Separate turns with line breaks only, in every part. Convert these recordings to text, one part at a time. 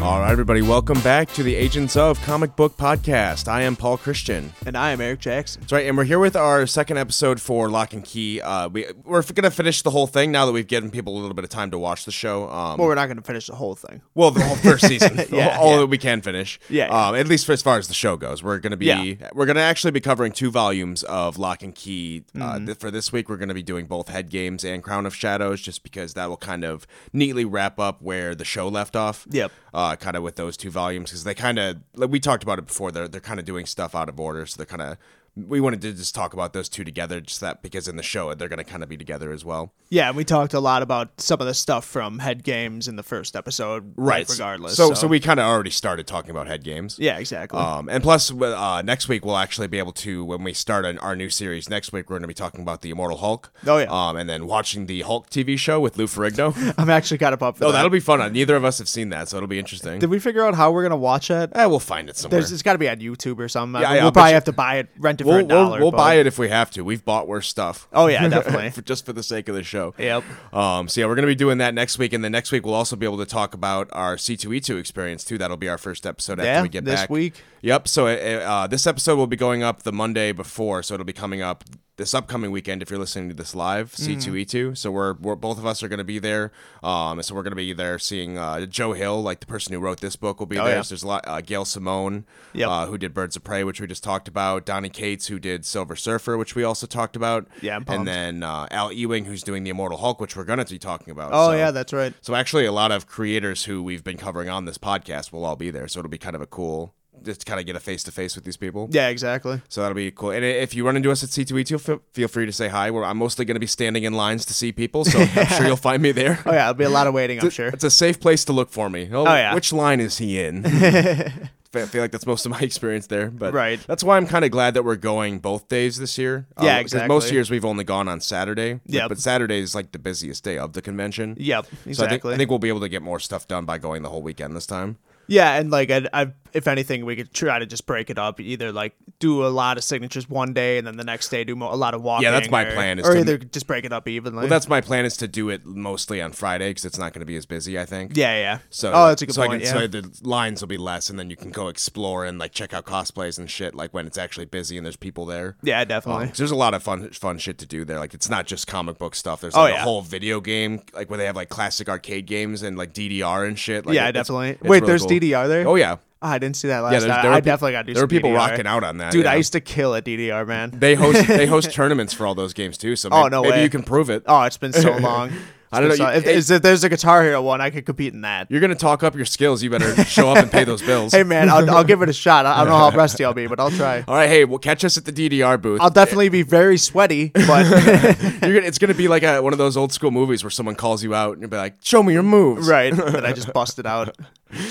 All right, everybody, welcome back to the Agents of Comic Book Podcast. I am Paul Christian.
And I am Eric Jackson.
That's right, and we're here with our second episode for Lock and Key. Uh, we we're going to finish the whole thing now that we've given people a little bit of time to watch the show. Um,
Well, we're not going to finish the whole thing.
well, the whole first season,
Yeah,
all
yeah.
that we can finish.
Yeah, yeah.
Um, at least for as far as the show goes, we're going to be
Yeah.
we're going to actually be covering two volumes of Lock and Key. Uh,
Mm-hmm.
th- for this week, we're going to be doing both Head Games and Crown of Shadows, just because that will kind of neatly wrap up where the show left off.
Yep.
Uh, kind of with those two volumes, because they kind of like we talked about it before. They're they're kind of doing stuff out of order, so they're kind of. We wanted to just talk about those two together, just that because in the show they're going to kind of be together as well.
Yeah, and we talked a lot about some of the stuff from Head Games in the first episode. like, regardless.
So, so, we kind of already started talking about head games.
Yeah, exactly.
Um, and plus, uh, next week we'll actually be able to, when we start an, our new series next week, we're going to be talking about the Immortal Hulk.
Oh, yeah.
Um, and then watching the Hulk TV show with Lou Ferrigno.
I'm actually kind of up
oh,
for that.
that'll be fun. Neither of us have seen that, so it'll be interesting.
Did we figure out how we're going to watch it?
Eh, we'll find it somewhere.
There's, it's got to be on YouTube or something.
Yeah, yeah,
we'll
but
probably
you-
have to buy it, rent it for
we'll
a dollar.
we'll, we'll
but-
buy it if we have to. We've bought worse stuff.
Oh, yeah, definitely.
for, just for the sake of the show.
Yep.
Um, so yeah, we're gonna be doing that next week, and then next week we'll also be able to talk about our C two E two experience too. That'll be our first episode after
Yeah,
we get
this
back
week.
Yep. So uh, uh, this episode will be going up the Monday before, so it'll be coming up this upcoming weekend if you're listening to this live
Mm-hmm.
C two E two. So we're, we're both of us are gonna be there. Um, and so we're gonna be there seeing uh, Joe Hill, like the person who wrote this book, will be there.
Oh, yeah.
So there's a lot. Uh, Gail Simone,
Yep.
uh, who did Birds of Prey, which we just talked about. Donnie Cates, who did Silver Surfer, which we also talked about.
Yeah, I'm
and
pumped.
then uh, Al Ewing, who's doing the Immortal Hulk, which we're gonna be talking about.
Oh,
So-
yeah, that's right.
So actually, a lot of creators who we've been covering on this podcast will all be there. So it'll be kind of a cool just kind of get a face to face with these people.
Yeah, exactly.
So that'll be cool. And if you run into us at C2E2, fe- feel free to say hi. We're, I'm mostly going to be standing in lines to see people, so I'm sure you'll find me there.
Oh, yeah, it'll be a lot of waiting, I'm sure.
It's a safe place to look for me. Oh,
yeah.
Which line is he in? I feel like that's most of my experience there, but
Right.
That's why I'm kind of glad that we're going both days this year. Um,
Yeah,
'cause Most
exactly.
years we've only gone on Saturday. but-
Yep.
but Saturday is like the busiest day of the convention.
Yep,
So I think,
exactly.
I think we'll be able to get more stuff done by going the whole weekend this time.
Yeah, and like I, I, if anything, we could try to just break it up. Either like do a lot of signatures one day, and then the next day do mo- a lot of walking.
Yeah, that's my
or-
plan, is
or
to-
either just break it up evenly.
Well, that's my plan is to do it mostly on Friday because it's not going to be as busy. I think.
yeah, yeah.
So,
oh, that's a good
so
point.
I can, So
yeah.
the lines will be less, and then you can go explore and like check out cosplays and shit. Like when it's actually busy and there's people there.
yeah,
Um,
definitely.
'cause there's a lot of fun, fun shit to do there. Like it's not just comic book stuff. There's
Oh,
like a
yeah.
whole video game, like where they have like classic arcade games and like DDR and shit. Like,
Yeah,
it- it's-
definitely.
it's
Wait,
really
there's
cool.
DDR there?
Oh yeah,
Oh, I didn't see that
yeah.
last
There's,
night.
there were
I
pe-
definitely got to do.
There were
some
people
DDR.
rocking out on that,
Dude,
yeah.
I used to kill at DDR, man.
They host they host tournaments for all those games too. So maybe,
Oh, no
maybe
way.
you can prove it.
oh, it's been so long.
I don't
It's been
know,
so-
you-
if, is- if there's a Guitar Hero one, I could compete in that.
You're gonna talk up your skills. You better show up and pay those bills.
Hey, man, I'll, I'll give it a shot. I, I don't know how rusty I'll be, but I'll try.
All right, hey, well, catch us at the DDR booth.
I'll definitely be very sweaty, but
You're gonna, it's gonna be like a, one of those old school movies where someone calls you out and you'll be like, "Show me your moves."
right. But I just busted out.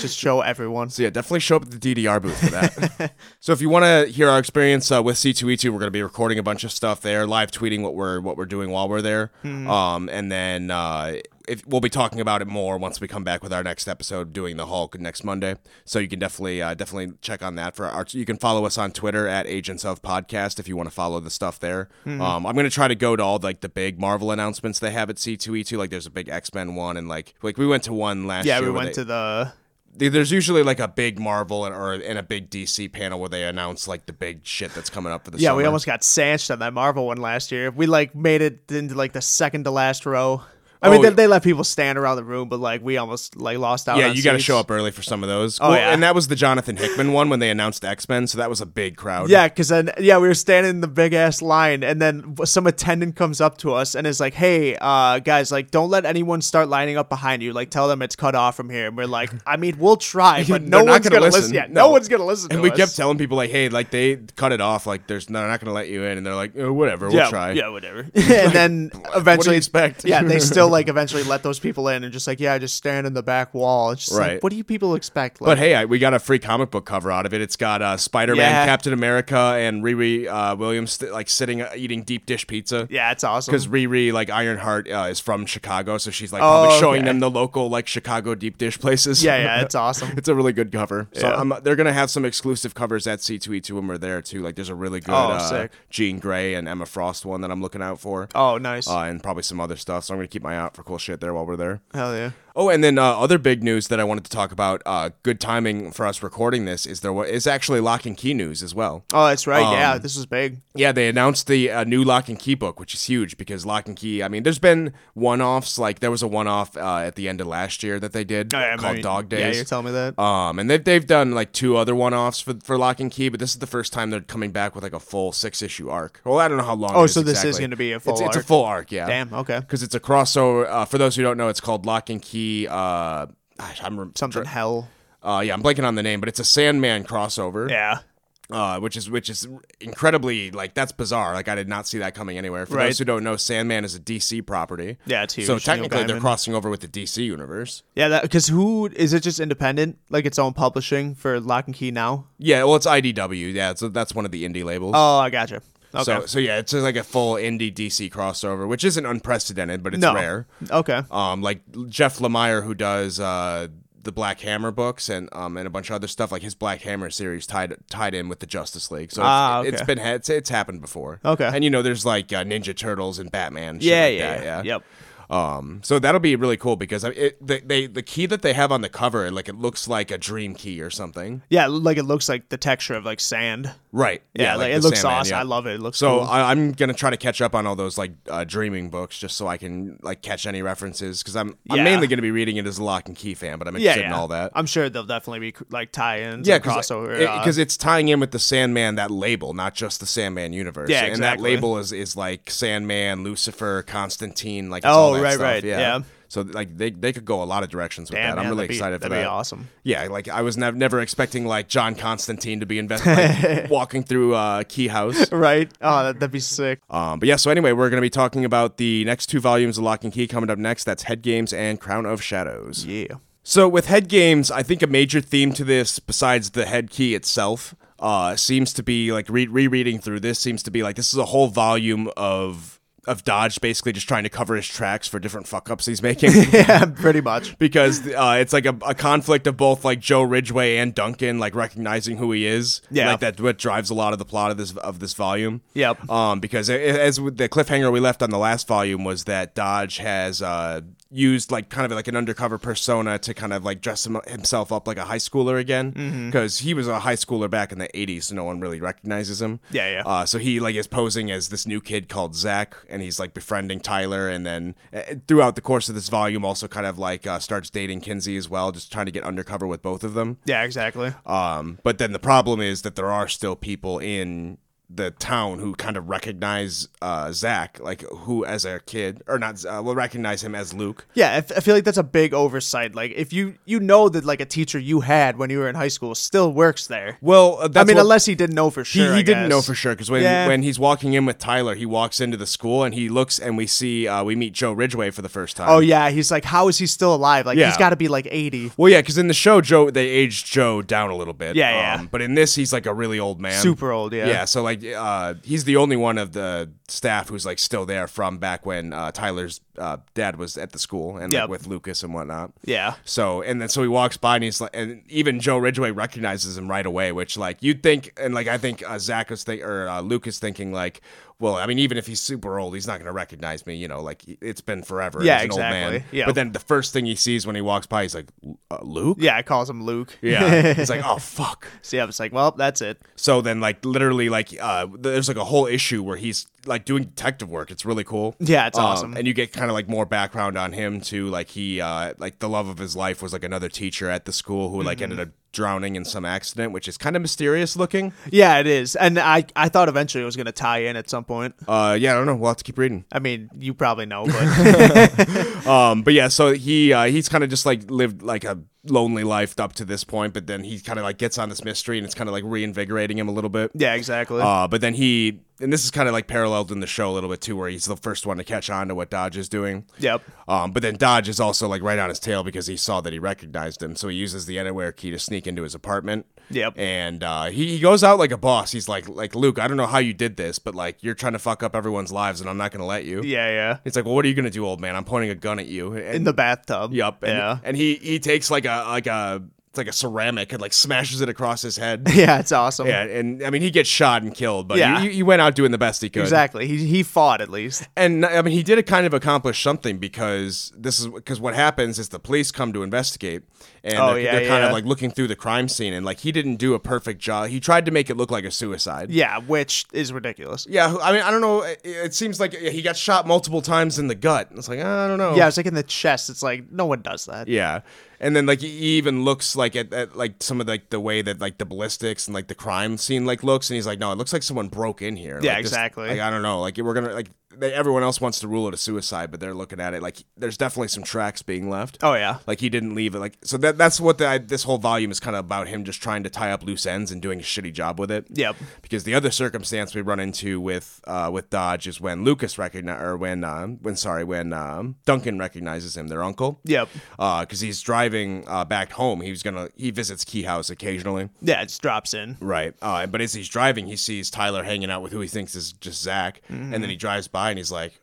Just show everyone.
So yeah, definitely show up at the DDR booth for that. so if you want to hear our experience uh, with C2E2, we're going to be recording a bunch of stuff there, live tweeting what we're what we're doing while we're there,
Mm-hmm.
um, and then uh, if, we'll be talking about it more once we come back with our next episode, doing the Hulk next Monday. So you can definitely uh, definitely check on that for our. You can follow us on Twitter at Agents of Podcast if you want to follow the stuff there.
Mm-hmm.
Um, I'm going to try to go to all like the big Marvel announcements they have at C2E2. Like there's a big X Men one, and like like we went to one last
Yeah,
year.
we
where
went
they-
to the
Th- there's usually like a big Marvel and, or and a big DC panel where they announce like the big shit that's coming up for the
yeah.
summer.
We almost got sanched on that Marvel one last year. We like made it into like the second to last row. I mean,
Oh,
they,
yeah.
they let people stand around the room, but like we almost like lost out.
yeah,
on
you got to
seats.
show up early for some of those.
Oh, yeah.
and that was the Jonathan Hickman one when they announced X Men, so that was a big crowd.
Yeah, because then yeah, we were standing in the big ass line, and then w- some attendant comes up to us and is like, "Hey, uh, guys, like, don't let anyone start lining up behind you. Like, tell them it's cut off from here." And we're like, "I mean, we'll try,
They're
but no
not
one's
gonna
gonna,
listen.
listen. Yeah, no.
No.
one's gonna listen."
and
to
we
us.
kept telling people like, hey, like they cut it off, like there's they're not gonna let you in, and they're like, oh, whatever, we'll
yeah,
try.
yeah, whatever. and then eventually,
expect?
yeah, they still like eventually let those people in and just like, yeah, just stand in the back wall. It's just
Right.
like, what do you people expect? Like,
But hey, I, we got a free comic book cover out of it. It's got uh, Spider Man,
Yeah.
Captain America, and Riri uh, Williams st- like sitting uh, eating deep dish pizza.
yeah, it's awesome.
because Riri, like Ironheart, uh, is from Chicago, so she's like probably
Oh,
showing
okay.
them the local like Chicago deep dish places.
yeah, yeah, it's awesome.
It's a really good cover. So
Yeah.
um, they're gonna have some exclusive covers at C2E2 when we're there too. Like there's a really good
Oh,
uh,
sick.
Jean Grey and Emma Frost one that I'm looking out for,
Oh, nice.
uh, and probably some other stuff. So I'm gonna keep my eye out for cool shit there while we're there.
Hell yeah.
Oh, and then uh, other big news that I wanted to talk about. Uh, good timing for us recording this is there wa- is actually lock and key news as well.
Oh, that's right.
Um,
yeah, this was big.
Yeah, they announced the uh, new Lock and Key book, which is huge because Lock and Key. I mean, there's been one-offs. Like there was a one-off uh, at the end of last year that they did
I
called
mean,
Dog
Oh, Yeah,
Days.
you're telling me that.
um, and they've they've done like two other one-offs for for Lock and Key, but this is the first time they're coming back with like a full six-issue arc. Well, I don't know how long.
Oh,
it is
so this is
exactly.
gonna be a
It's-
full
It's, a
arc.
full arc, yeah.
Damn. Okay.
Because it's a crossover. Uh, for those who don't know, it's called Lock and Key. Uh, gosh, I'm rem-
Something hell.
Uh, yeah, I'm blanking on the name, but it's a Sandman crossover
Yeah.
uh, which is which is incredibly like that's bizarre. Like I did not see that coming anywhere. For
Right.
those who don't know, Sandman is a DC property.
Yeah, it's huge.
So
Neil
technically, they're
Gaiman.
crossing over with the DC universe.
Yeah, because who is it? Just independent, like its own publishing for Lock and Key now.
Yeah, well, it's IDW. Yeah, so that's one of the indie labels.
Oh, I gotcha. Okay.
So so yeah, it's just like a full indie DC crossover, which isn't unprecedented, but it's
no.
rare.
Okay.
Um, like Jeff Lemire, who does uh the Black Hammer books and um and a bunch of other stuff, like his Black Hammer series tied tied in with the Justice League. So it's,
Ah, okay.
it's been ha- it's, it's happened before.
Okay.
and you know, there's like uh, Ninja Turtles and Batman. and shit
Yeah,
like
yeah,
that,
yeah. Yep.
Um, so that'll be really cool because I- it, they, they the key that they have on the cover, like it looks like a dream key or something.
Yeah, like it looks like the texture of like sand.
Right.
Yeah, like, it
the
looks
Sandman,
awesome.
yeah.
I love it. It looks
So
cool.
I, I'm gonna try to catch up on all those like uh, dreaming books just so I can like catch any references because I'm
Yeah.
I'm mainly gonna be reading it as a lock and key fan, but I'm
yeah,
interested
yeah.
in all that.
I'm sure they'll definitely be like tie-ins.
yeah,
and crossover. uh,
because it's tying in with the Sandman that label, not just the Sandman universe.
Yeah,
and
exactly.
that label is is like Sandman, Lucifer, Constantine, like it's
Oh,
all that
right,
stuff,
right, yeah.
So like they they could go a lot of directions with
damn,
that.
man,
I'm really
that'd be-
excited for that.
that'd be awesome.
Yeah, like I was nev- never expecting like John Constantine to be invested like, walking through uh, Key House.
Right? Oh, that, that'd be sick.
Um, but yeah, so anyway, we're going to be talking about the next two volumes of Lock and Key coming up next. That's Head Games and Crown of Shadows.
Yeah.
So with Head Games, I think a major theme to this, besides the head key itself, uh, seems to be like re- rereading through this seems to be like this is a whole volume of of Dodge basically just trying to cover his tracks for different fuck ups he's making.
Yeah, pretty much.
because uh, it's like a, a conflict of both like Joe Ridgway and Duncan like recognizing who he is.
Yeah.
like that what drives a lot of the plot of this of this volume.
Yep.
Um, because a- a- as with the cliffhanger we left on the last volume was that Dodge has uh used like kind of like an undercover persona to kind of like dress him, himself up like a high schooler again
Mm-hmm.
because he was a high schooler back in the 80s so no one really recognizes him
Yeah, yeah.
uh, so he like is posing as this new kid called Zach, and he's like befriending Tyler, and then uh, throughout the course of this volume, also kind of like uh, starts dating Kinsey as well, just trying to get undercover with both of them.
Yeah, exactly.
Um, but then the problem is that there are still people in the town who kind of recognize uh, Zach, like who as a kid or not, uh, will recognize him as Luke.
Yeah, I f- I feel like that's a big oversight. Like, if you you know that like a teacher you had when you were in high school still works there.
Well, uh, that's
I mean,
what-
unless he didn't know for
He,
sure.
he
I
didn't know
guess.
for sure because when
Yeah.
when he's walking in with Tyler, he walks into the school and he looks and we see uh, we meet Joe Ridgway for the first time.
Oh yeah, he's like, how is he still alive? Like, he's
Yeah.
got to be like eighty.
Well, yeah, because in the show, Joe they aged Joe down a little bit. um,
Yeah, yeah.
But in this, he's like a really old man,
Super old, yeah.
Yeah, so like, uh, he's the only one of the staff who's like still there from back when uh, Tyler's uh, dad was at the school and
Yep.
like, with Lucas and whatnot.
Yeah.
So and then so he walks by and he's like, and even Joe Ridgway recognizes him right away, which like you'd think, and like I think uh, Zach was think or uh, Luke is thinking like, well, I mean, even if he's super old, he's not gonna recognize me, you know, like it's been forever. and
Yeah,
he's an Old man.
exactly. Yeah.
But then the first thing he sees when he walks by, he's like, uh, Luke.
Yeah, it calls him Luke.
Yeah. He's like, oh fuck.
so yeah, it's like, well, that's it.
So then, like, literally, like, uh, there's like a whole issue where he's like doing detective work. It's really cool.
Yeah, it's
Um,
awesome.
And you get kind of like more background on him too. Like he, uh, like the love of his life was like another teacher at the school who like ended
Mm-hmm.
up drowning in some accident, which is kind of mysterious looking.
Yeah, it is. And I I thought eventually it was gonna tie in at some point.
Uh, yeah, I don't know. We'll have to keep reading.
I mean, you probably know, but
Um, but yeah, so he uh, he's kind of just like lived like a lonely life up to this point, but then he kind of like gets on this mystery and it's kind of like reinvigorating him a little bit.
yeah, exactly.
Uh, but then he, and this is kind of like paralleled in the show a little bit too, where he's the first one to catch on to what Dodge is doing.
Yep.
Um, but then Dodge is also like right on his tail because he saw that he recognized him, so he uses the anywhere key to sneak into his apartment.
Yep.
And uh, he, he goes out like a boss. He's like, like Luke, I don't know how you did this, but like you're trying to fuck up everyone's lives, and I'm not gonna let you.
yeah, yeah.
It's like, well, what are you gonna do, old man? I'm pointing a gun at you. And,
In the bathtub.
Yup. And,
yeah.
And he he takes like a like a. it's like a ceramic and like smashes it across his head.
Yeah, it's awesome.
Yeah, and I mean he gets shot and killed, but
Yeah.
he, he went out doing the best he could.
Exactly. He he fought at least.
And I mean he did kind of accomplish something because this is because what happens is the police come to investigate and
Oh,
they're,
yeah,
they're kind of
yeah.
like looking through the crime scene and like he didn't do a perfect job. He tried to make it look like a suicide.
Yeah, which is ridiculous.
Yeah, I mean, I don't know. It, it seems like he got shot multiple times in the gut. It's like "Ah, I don't know.
Yeah, it's like in the chest. It's like no one does that.
Yeah. And then like he even looks like at, at like some of like the way that like the ballistics and like the crime scene like looks and he's like no it looks like someone broke in here
Yeah,
Like, this-
exactly.
like I don't know like we're gonna like they, everyone else wants to rule it a suicide but they're looking at it like there's definitely some tracks being left
Oh yeah.
like he didn't leave it like so that that's what the, I, this whole volume is kind of about him just trying to tie up loose ends and doing a shitty job with it
Yep.
because the other circumstance we run into with uh, with Dodge is when Lucas recognize or when uh, when sorry when um, Duncan recognizes him their uncle
Yep.
because Uh, he's driving uh, back home. He's gonna he visits Key House occasionally,
Yeah, it just drops in.
right? Uh, but as he's driving, he sees Tyler hanging out with who he thinks is just Zach, and then he drives by and he's like,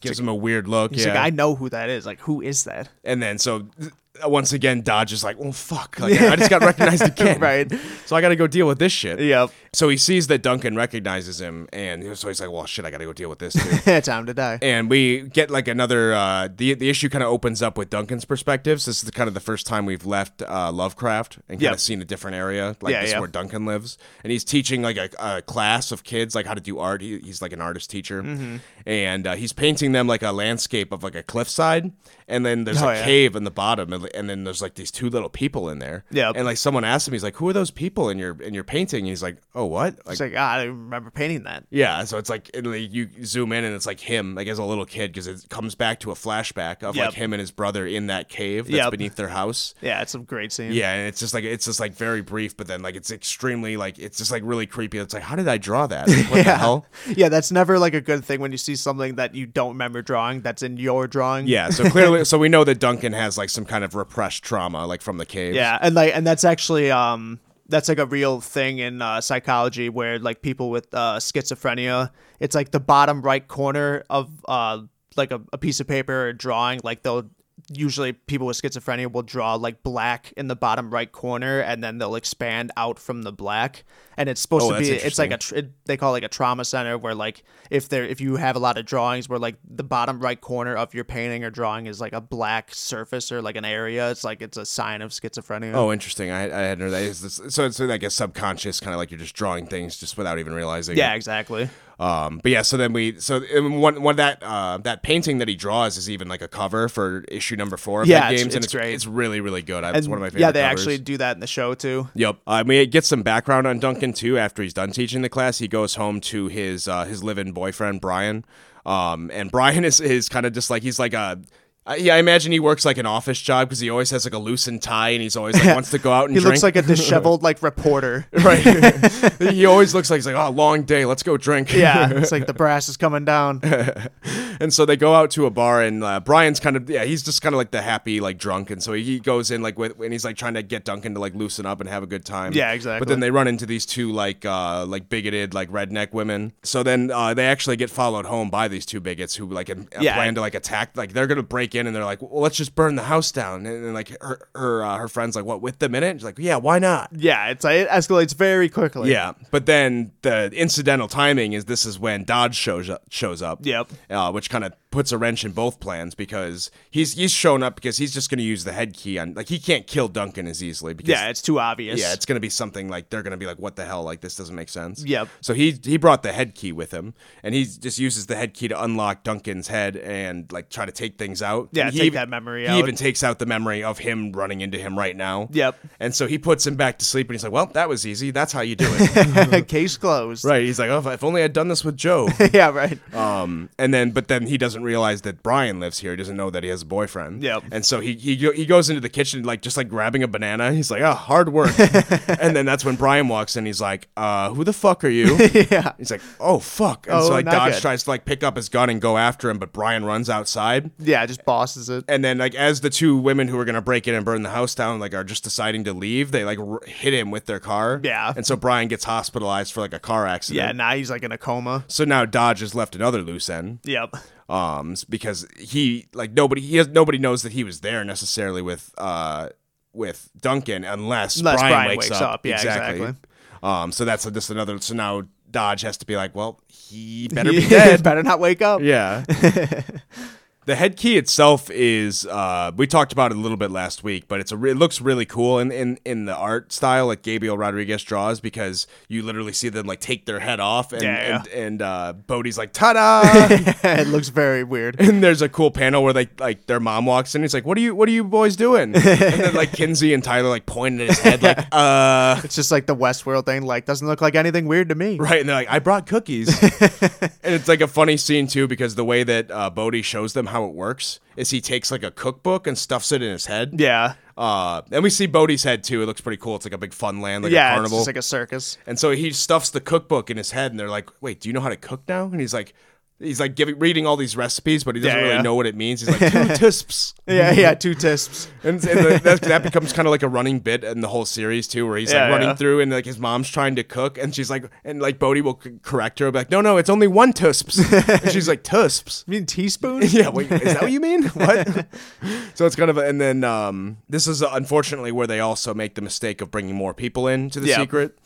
gives him a weird look,
Mm. He's
yeah.
like, I know who that is. Like, who is that?
and then so th- once again, Dodge is like, well, fuck, like, I just got recognized again,
Right.
So I got to go deal with this shit.
Yep.
So he sees that Duncan recognizes him, and so he's like, well, shit, I got to go deal with this. Too.
Time to die.
and we get like another uh, the the issue kind of opens up with Duncan's perspectives. This is the, kind of the first time we've left uh, Lovecraft and kind
Yep.
of seen a different area, like
Yeah,
this
yeah.
where Duncan lives, and he's teaching like a, a class of kids like how to do art. He, he's like an artist teacher,
Mm-hmm.
and uh, he's painting them like a landscape of like a cliffside, and then there's
Oh,
a
yeah.
cave in the bottom, and, and then there's like these two little people in there.
Yep.
and like someone asked him, he's like, "Who are those people in your in your painting?" And he's like, "Oh, what?" Like,
It's like, ah, I don't remember painting that.
yeah, so it's like, and like you zoom in and it's like him, like as a little kid, because it comes back to a flashback of
Yep.
like him and his brother in that cave that's
Yep.
beneath their house.
Yeah, it's a great scene.
Yeah, and it's just like it's just like very brief, but then like it's extremely like it's just like really creepy. It's like how did I draw that? Like, what the hell?
Yeah, that's never like a good thing when you see something that you don't remember drawing that's in your drawing.
Yeah, so clearly, so we know that Duncan has like some kind of repressed trauma, like from the cave.
Yeah, and like and that's actually um that's like a real thing in uh, psychology where like people with uh, schizophrenia, it's like the bottom right corner of uh like a, a piece of paper or drawing, like they'll usually people with schizophrenia will draw like black in the bottom right corner and then they'll expand out from the black and it's supposed
Oh,
to
that's
be it's like a tr- it, they call it like a trauma center where like if there if you have a lot of drawings where like the bottom right corner of your painting or drawing is like a black surface or like an area it's like it's a sign of schizophrenia
Oh, interesting. I, I hadn't heard that. Is this, so it's like a subconscious kind of like you're just drawing things just without even realizing. it.
yeah exactly
Um, but yeah, so then we so and one one that uh, that painting that he draws is even like a cover for issue number four of
Yeah,
that
it's-
games, and
it's
it's
great.
It's really really good. I- it's
And
one of my favorite.
yeah they
covers.
actually do that in the show too
Yep. I mean, it gets some background on Duncan too. After he's done teaching the class, he goes home to his uh, his live-in boyfriend Brian. Um, and Brian is is kind of just like he's like a. I- Yeah, I imagine he works like an office job because he always has like a loosened tie and he's always like wants to go out and
he
drink.
looks like a disheveled like reporter
right. he always looks like he's like, oh, long day, let's go drink.
yeah it's like the brass is coming down
And so they go out to a bar, and uh, Brian's kind of yeah, he's just kind of like the happy like drunk, and so he goes in like with and he's like trying to get Duncan to like loosen up and have a good time.
Yeah, exactly.
But then they run into these two like uh like bigoted like redneck women. So then uh, they actually get followed home by these two bigots who like am-
Yeah.
plan to like attack. Like they're gonna break in, and they're like, well, let's just burn the house down. And, then like her her uh, her friends like, what with them in it? She's like, yeah, why not?
yeah it's like it escalates very quickly
Yeah, but then the incidental timing is this is when Dodge shows up. Shows up.
Yep.
Uh, which kind of puts a wrench in both plans because he's he's shown up because he's just going to use the head key on like he can't kill Duncan as easily because
yeah it's too obvious
yeah, it's gonna be something like they're gonna be like, "What the hell? Like this doesn't make sense."
Yep.
So he he brought the head key with him, and he just uses the head key to unlock Duncan's head and like try to take things out.
Yeah,
And he
take
even-
that memory
He
out.
even takes out the memory of him running into him right now.
Yep.
And so he puts him back to sleep, and he's like, "Well, that was easy. That's how you do it."
case closed
right. He's like, "Oh, if- if only I'd done this with Joe."
yeah right
Um, and then, but then he doesn't realize that Brian lives here. He doesn't know that he has a boyfriend.
Yep.
And so he he go- he goes into the kitchen like just like grabbing a banana. He's like, oh, hard work. and then that's when Brian walks in. He's like, uh, who the fuck are you?
yeah
He's like, oh fuck. And
Oh,
so like
not
Dodge
good.
tries to like pick up his gun and go after him, but Brian runs outside.
yeah just bosses it
And then like as the two women who are gonna break in and burn the house down like are just deciding to leave, they like r- hit him with their car.
Yeah.
And so Brian gets hospitalized for like a car accident.
yeah now he's like in a coma
So now Dodge has left another loose end
yep
um s- because he like nobody he has nobody knows that he was there necessarily with uh with Duncan unless,
Unless
Brian,
Brian
wakes,
wakes
up.
up. Yeah, exactly.
Um, so that's just another. So now Dodge has to be like, well, he better
You
be dead.
better not wake up.
Yeah. the head key itself is uh, we talked about it a little bit last week, but it's a re- it looks really cool in, in in the art style like Gabriel Rodriguez draws because you literally see them like take their head off and
Yeah.
and, and uh, Bodhi's like ta-da.
it looks very weird.
And there's a cool panel where like like their mom walks in. He's like, "What are you? What are you boys doing?" And then like Kinsey and Tyler like pointing at his head like, "Uh,
It's just like the Westworld thing. Like, doesn't look like anything weird to me.
Right, and they're like, "I brought cookies," and it's like a funny scene too because the way that uh, Bodhi shows them how it works is he takes like a cookbook and stuffs it in his head.
Yeah.
Uh, and we see Bodhi's head too. It looks pretty cool. It's like a big fun land, like a
yeah. It's
carnival.
just like a circus.
and so he stuffs the cookbook in his head, and they're like, "Wait, do you know how to cook now?" And he's like, he's like giving reading all these recipes, but he doesn't
Yeah,
really
yeah.
know what it means. He's like, two tisps.
Yeah. Yeah. Two tisps.
And, and the, that, that becomes kind of like a running bit in the whole series too, where he's
Yeah,
like running
yeah.
through and like his mom's trying to cook, and she's like, and like Bodhi will c- correct her, be like, no, no, it's only one tusps. and she's like, tusps.
You mean teaspoon?
Yeah, wait, is that what you mean? What? so it's kind of, a, and then um, this is uh, unfortunately where they also make the mistake of bringing more people in to the
Yeah.
secret,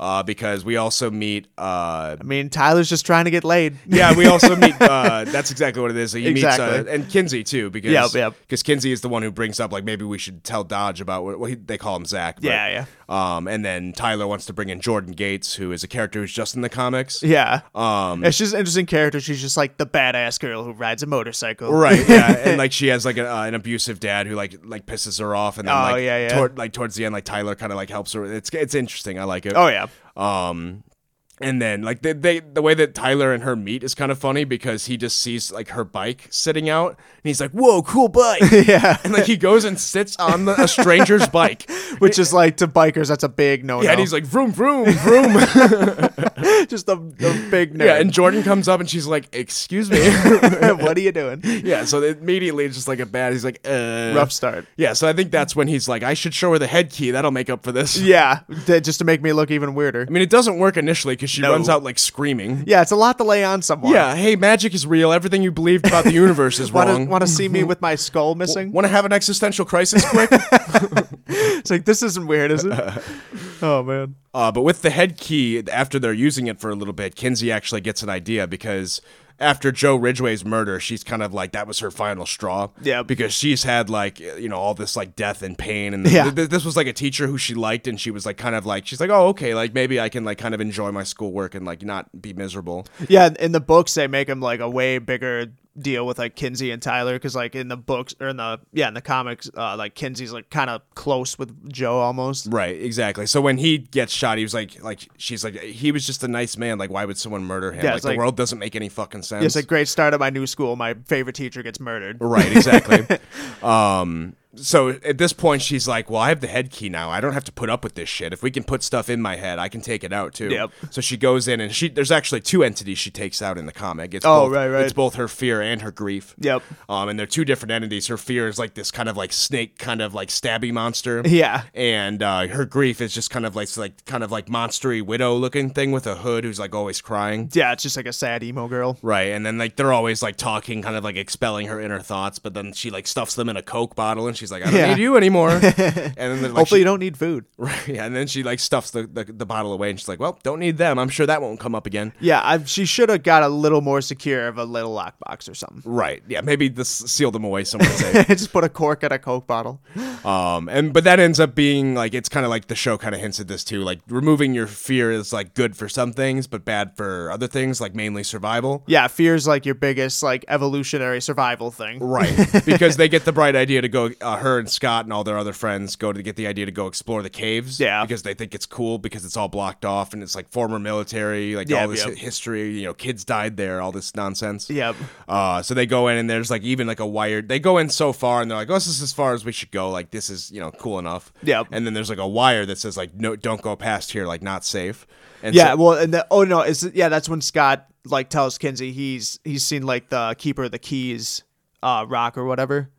uh, because we also meet. Uh,
I mean, Tyler's just trying to get laid.
yeah, we also meet. Uh, that's exactly what it is. He meets uh,
Exactly.
and Kinsey too, because
Yep, yep.
because Kinsey is the one who brings up like maybe we should tell Dodge about what, well, he, they call him Zach. But,
Yeah,
yeah. Um, and then Tyler wants to bring in Jordan Gates, who is a character who's just in the comics.
Yeah.
Um,
it's just an interesting character. She's just like the badass girl who rides a motorcycle.
right. Yeah, and like she has like an, uh, an abusive dad who like like pisses her off, and then
Oh,
like
yeah, yeah.
toward- like towards the end, like Tyler kind of like helps her. It's it's interesting. I like it.
Oh yeah.
Um, and then like they, they the way that Tyler and her meet is kind of funny because he just sees like her bike sitting out and he's like, "Whoa, cool bike!"
Yeah.
and like he goes and sits on the, a stranger's bike.
Which is like to bikers, that's a big no no.
Yeah, and he's like, "Vroom, vroom, vroom."
just a, a big nerd.
yeah, and Jordan comes up and she's like, "Excuse me."
what are you doing?
yeah, so immediately it's just like a bad. He's like, uh.
Rough start.
Yeah, so I think that's when he's like, "I should show her the head key. That'll make up for this."
Yeah, th- just to make me look even weirder.
I mean, it doesn't work initially because she
No.
runs out like screaming.
Yeah, it's a lot to lay on someone.
Yeah, hey, magic is real. Everything you believed about the universe is wrong.
Want to see me with my skull missing?
Want to have an existential crisis quick?
It's like this isn't weird, is it? oh man.
uh, but with the head key, after they're using it for a little bit, Kinsey actually gets an idea because after Joe Ridgway's murder, she's kind of like that was her final straw.
Yeah.
because she's had like you know all this like death and pain, and
Yeah.
th- th- this was like a teacher who she liked, and she was like kind of like she's like oh okay like maybe I can like kind of enjoy my schoolwork and like not be miserable.
Yeah, in the books they make him like a way bigger deal with like Kinsey and Tyler because like in the books or in the yeah in the comics uh, like Kinsey's like kind of close with Joe almost.
Right, exactly. So when he gets shot, he was like, like she's like, he was just a nice man. Like, why would someone murder him?
Yeah,
like,
it's
the
like-
world doesn't make any fucking sense.
It's a great start at my new school. My favorite teacher gets murdered.
right, exactly. um, so at this point, she's like, well, I have the head key now. I don't have to put up with this shit. If we can put stuff in my head, I can take it out too.
Yep.
So she goes in and she there's actually two entities she takes out in the comic. It's
Oh,
both,
right, right.
It's both her fear and her grief.
Yep.
Um, and they're two different entities. Her fear is like this kind of like snake, kind of like stabby monster.
Yeah.
and uh, her grief is just kind of like like kind of like monstery widow looking thing with a hood who's like always crying.
Yeah, it's just like a sad emo girl.
Right, and then like they're always like talking, kind of like expelling her inner thoughts, but then she like stuffs them in a Coke bottle, and she's like, "I don't
Yeah.
need you anymore." and then they're like, she-
Hopefully you don't need food.
right, yeah, and then she like stuffs the, the the bottle away, and she's like, "Well, don't need them. I'm sure that won't come up again."
Yeah, I, she should have got a little more secure of a little lockbox or something.
Right, yeah, maybe this seal them away somewhere safe.
just put a cork in a Coke bottle.
Um, and but that ends up being like it's kind of like the show kind of hints at this too. Like removing your fear is like good for some things, but bad for other things, like mainly survival.
Yeah, fear's like your biggest like evolutionary survival thing.
Right, because they get the bright idea to go. Uh, her and Scott and all their other friends go to get the idea to go explore the caves.
Yeah.
because they think it's cool because it's all blocked off and it's like former military, like
Yep,
all this
yep.
hi- history. You know, kids died there, all this nonsense.
Yep.
Uh, so they go in and there's like even like a wired. They go in so far and they're like, oh, this is as far as we should go. Like this is you know cool enough.
Yep.
And then there's like a wire that says like no, don't go past here. Like not safe. And
Yeah,
so-
well, and the, oh no, it's yeah, that's when Scott like tells Kinsey he's he's seen like the keeper of the keys uh rock or whatever.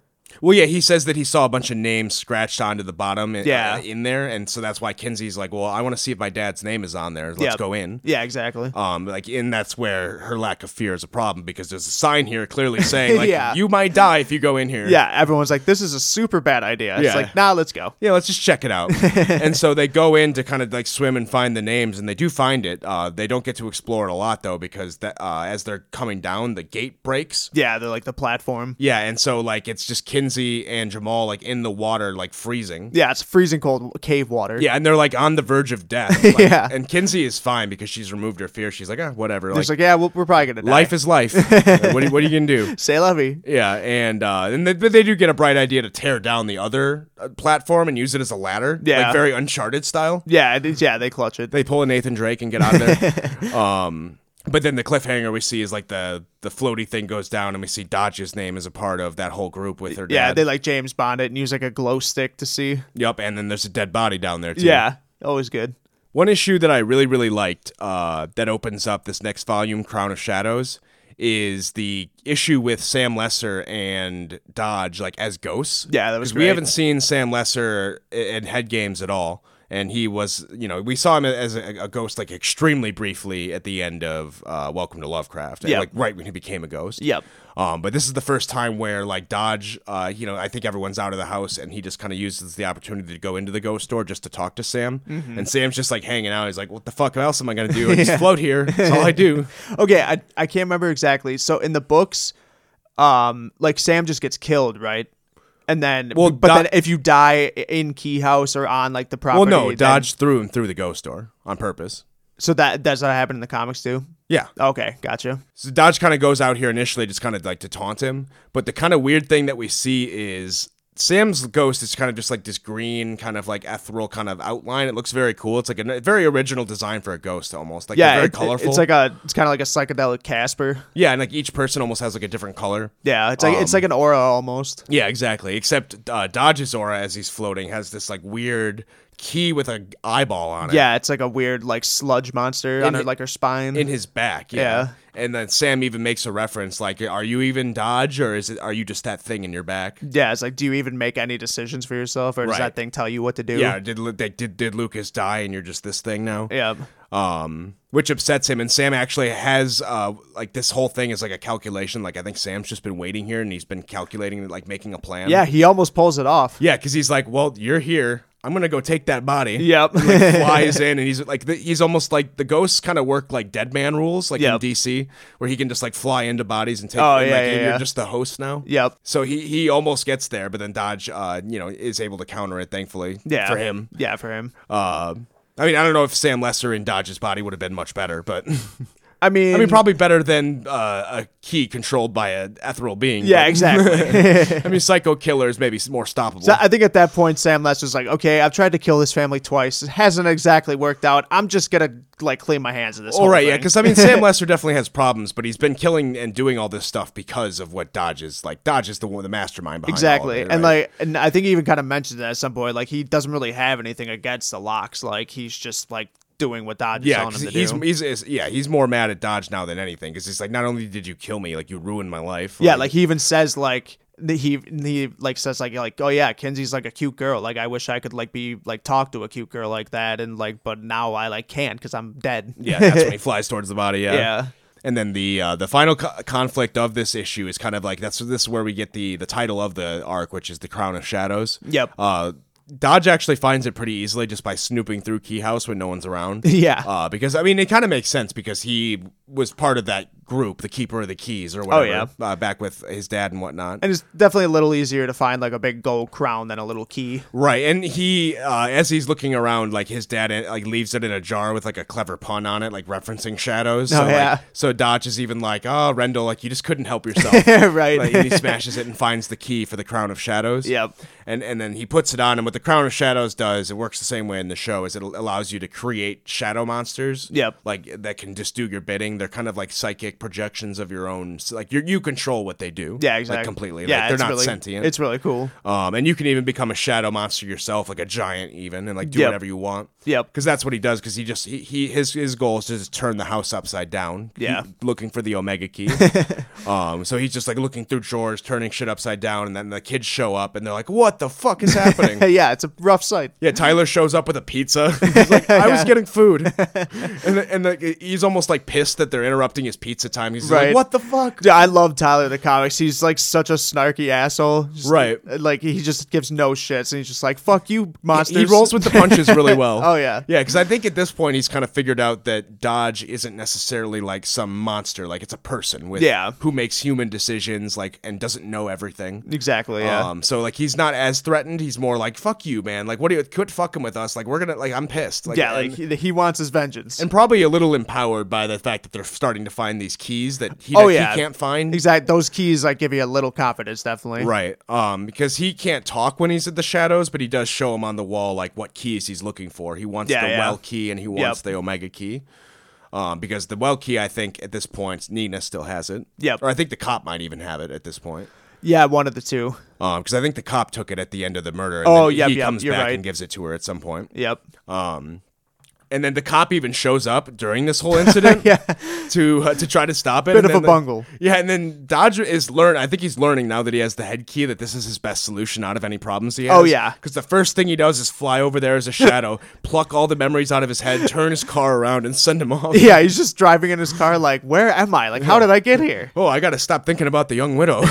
Well, yeah, he says that he saw a bunch of names scratched onto the bottom in,
Yeah.
uh, in there, and so that's why Kinsey's like, well, I want to see if my dad's name is on there. Let's
Yeah.
go in.
Yeah, exactly.
Um, like, and that's where her lack of fear is a problem because there's a sign here clearly saying, like,
Yeah.
you might die if you go in here.
Yeah, everyone's like, this is a super bad idea. It's
Yeah.
like, nah, let's go.
Yeah, let's just check it out. and so they go in to kind of like swim and find the names, and they do find it. Uh, they don't get to explore it a lot though, because that uh, as they're coming down, the gate breaks.
Yeah, they're like the platform.
Yeah, and so like it's just Kinsey and Jamal like in the water, like freezing.
Yeah, it's freezing cold cave water.
Yeah, and they're like on the verge of death. Like,
Yeah.
and Kinsey is fine because she's removed her fear. She's like, ah, whatever. Like,
It's like, yeah, we'll, we're probably gonna die.
life is life. Like, what, are, what are you gonna do?
Say lovey.
Yeah, and uh, and they, but they do get a bright idea to tear down the other uh, platform and use it as a ladder.
Yeah.
like very Uncharted style.
Yeah, it is, yeah, they clutch it.
They pull a Nathan Drake and get out of there. um, but then the cliffhanger we see is like the the floaty thing goes down and we see Dodge's name as a part of that whole group with her dad.
yeah, they like James Bond it and use like a glow stick to see.
Yep, and then there's a dead body down there too.
Yeah, always good.
One issue that I really, really liked uh, that opens up this next volume, Crown of Shadows, is the issue with Sam Lesser and Dodge, like as ghosts.
Yeah, that was
'Cause We
great.
haven't seen Sam Lesser i- in head games at all. And he was, you know, we saw him as a, a ghost like extremely briefly at the end of uh, Welcome to Lovecraft,
Yeah.
like right when he became a ghost.
Yep.
Um, but this is the first time where like Dodge, uh, you know, I think everyone's out of the house, and he just kind of uses the opportunity to go into the ghost store just to talk to Sam.
Mm-hmm.
And Sam's just like hanging out. He's like, "What the fuck else am I gonna do? I just float here. That's all I do."
Okay, I I can't remember exactly. So in the books, um, like Sam just gets killed, right? And then,
Well,
but
Do-
then if you die i- in Key House or on like the
Well,
property,
no,
then-
Dodge threw him through the ghost door on purpose.
So that that's what happened in the comics too.
Yeah.
Okay, gotcha.
So Dodge kind of goes out here initially, just kind of like to taunt him. But the kind of weird thing that we see is Sam's ghost is kind of just like this green, kind of like ethereal kind of outline. It looks very cool. It's like a very original design for a ghost, almost like
Yeah,
they're very
it- it-
colorful.
It's like a it's kind of like a psychedelic Casper.
Yeah, and like each person almost has like a different color.
Yeah, it's like
Um,
it's like an aura almost.
Yeah, exactly. Except uh, Dodge's aura as he's floating has this like weird key with an eyeball on it
Yeah, it's like a weird like sludge monster on her
it-
like her spine.
in his back.
Yeah.
And then Sam even makes a reference like, "Are you even Dodge, or is it? Are you just that thing in your back?"
yeah, it's like, do you even make any decisions for yourself, or does
Right.
that thing tell you what to do?
Yeah. Did Lu- they, did did Lucas die, and you're just this thing now?
yeah.
um, which upsets him. And Sam actually has uh, like this whole thing is like a calculation. Like I think Sam's just been waiting here and he's been calculating, like making a plan.
Yeah, he almost pulls it off.
yeah, because he's like, well, you're here. I'm gonna go take that body.
Yep.
And, like, flies in and he's like the, he's almost like the ghosts kind of work like dead man rules like
Yep.
in DC where he can just like fly into bodies and take
Oh,
and,
yeah,
like,
yeah,
and
yeah.
you're just the host now.
Yep.
So he he almost gets there but then Dodge uh you know is able to counter it thankfully
Yeah.
for him.
Yeah, for him.
Uh, I mean, I don't know if Sam Lesser in Dodge's body would have been much better, but
I mean,
I mean, probably better than uh, a key controlled by an ethereal being.
Yeah,
but-
exactly.
I mean, Psycho Killer is maybe more stoppable.
So I think at that point, Sam Lester's like, okay, I've tried to kill this family twice. It hasn't exactly worked out. I'm just gonna like clean my hands of this.
All
whole
right, yeah,
thing."
because I mean, Sam Lester definitely has problems, but he's been killing and doing all this stuff because of what Dodge is like. Dodge is the one, the mastermind behind all of
exactly,
it, right?
and like, and I think he even kind of mentioned that at some point. Like, he doesn't really have anything against the locks. Like, he's just like doing what Dodge is
yeah,
telling
'cause
him to
he's,
do.
he's, he's yeah, he's more mad at Dodge now than anything because he's like, not only did you kill me, like you ruined my life.
yeah, like he even says like that he he like says like like oh yeah, Kinsey's like a cute girl. Like I wish I could like be like talk to a cute girl like that, and like but now I like can't because I'm dead.
Yeah, that's when he flies towards the body. Yeah.
Yeah.
And then the uh, the final co- conflict of this issue is kind of like that's this is where we get the the title of the arc, which is the Crown of Shadows.
Yep.
Uh, Dodge actually finds it pretty easily just by snooping through Key House when no one's around.
Yeah.
Uh, because I mean, it kind of makes sense because he was part of that group, the Keeper of the Keys or whatever.
Oh, yeah.
Uh, back with his dad and whatnot.
and it's definitely a little easier to find like a big gold crown than a little key.
Right, and he, uh, as he's looking around, like his dad, eh, like leaves it in a jar with like a clever pun on it, like referencing shadows. so,
Oh, yeah.
Like, so Dodge is even like, "Oh, Rendell, like you just couldn't help yourself."
right.
like, and he smashes it and finds the key for the crown of shadows.
Yep.
and and then he puts it on. And what the Crown of Shadows does, it works the same way in the show, is it al- allows you to create shadow monsters.
Yep.
Like that can just do your bidding. They're kind of like psychic projections of your own. so, Like you you control what they do.
Yeah, exactly.
Like completely.
Yeah,
Like, they're
it's
not
really,
sentient.
It's really cool.
Um, and you can even become a shadow monster yourself, like a giant, even, and like do
Yep.
whatever you want.
Yep.
Because that's what he does. Because he just he, he his his goal is to just turn the house upside down.
Yeah.
He- looking for the omega key. um, so he's just like looking through drawers, turning shit upside down, and then the kids show up and they're like, "What the fuck is happening?"
Hey, yeah, it's a rough sight.
Yeah, Tyler shows up with a pizza. He's like, I was getting food, and the- and like he's almost like pissed that they're interrupting his pizza time. He's
Right.
like, "What the fuck?"
Dude, I love Tyler the comics. He's like such a snarky asshole. Just-
Right.
Like he just gives no shits, and he's just like, "Fuck you, monsters."
He rolls with the punches really well.
Oh, yeah.
yeah. Because I think at this point he's kind of figured out that Dodge isn't necessarily like some monster. Like it's a person with
Yeah.
who makes human decisions, like and doesn't know everything.
exactly. Yeah.
Um. So like he's not as threatened. He's more like fuck you, man. Like what do you quit fucking with us? Like we're gonna like I'm pissed. Like,
yeah.
and-
Like he, he wants his vengeance.
and probably a little empowered by the fact that they're starting to find these keys that he,
Oh,
that he
yeah.
can't find.
exact. Those keys like give you a little confidence, definitely.
Right. Um, because he can't talk when he's at the shadows, but he does show him on the wall like what keys he's looking for. He wants
Yeah,
the
yeah.
well key and he wants
Yep.
the omega key. Um, because the well key, I think at this point, Nina still has it.
Yep.
Or I think the cop might even have it at this point.
Yeah, one of the two.
Um, because I think the cop took it at the end of the murder. And
Oh,
then
yep,
he
yep,
comes
you're
back
right.
and gives it to her at some point.
Yep.
And then the cop even shows up during this whole incident
Yeah.
to uh, to try to stop it.
Bit
and
of
then
a
the-
bungle.
yeah, and then Dodger is learn. I think he's learning now that he has the head key that this is his best solution out of any problems he has.
Oh, yeah.
because the first thing he does is fly over there as a shadow, pluck all the memories out of his head, turn his car around, and send him off.
Yeah, he's just driving in his car. Like, where am I? Like, how did I get here?
oh, I got to stop thinking about the young widow.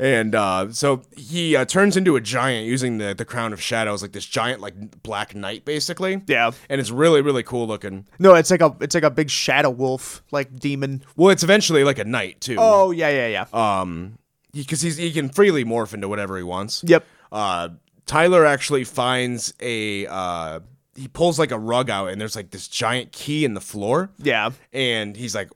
and uh, so he uh, turns into a giant using the, the crown of shadows, like this giant like black knight, basically.
Yeah.
and it's really really cool looking.
No, it's like a it's like a big shadow wolf, like demon.
Well, it's eventually like a knight too.
Oh yeah, yeah, yeah.
because he's he can freely morph into whatever he wants.
Yep.
Uh, Tyler actually finds a uh, he pulls like a rug out and there's like this giant key in the floor.
yeah.
and he's like,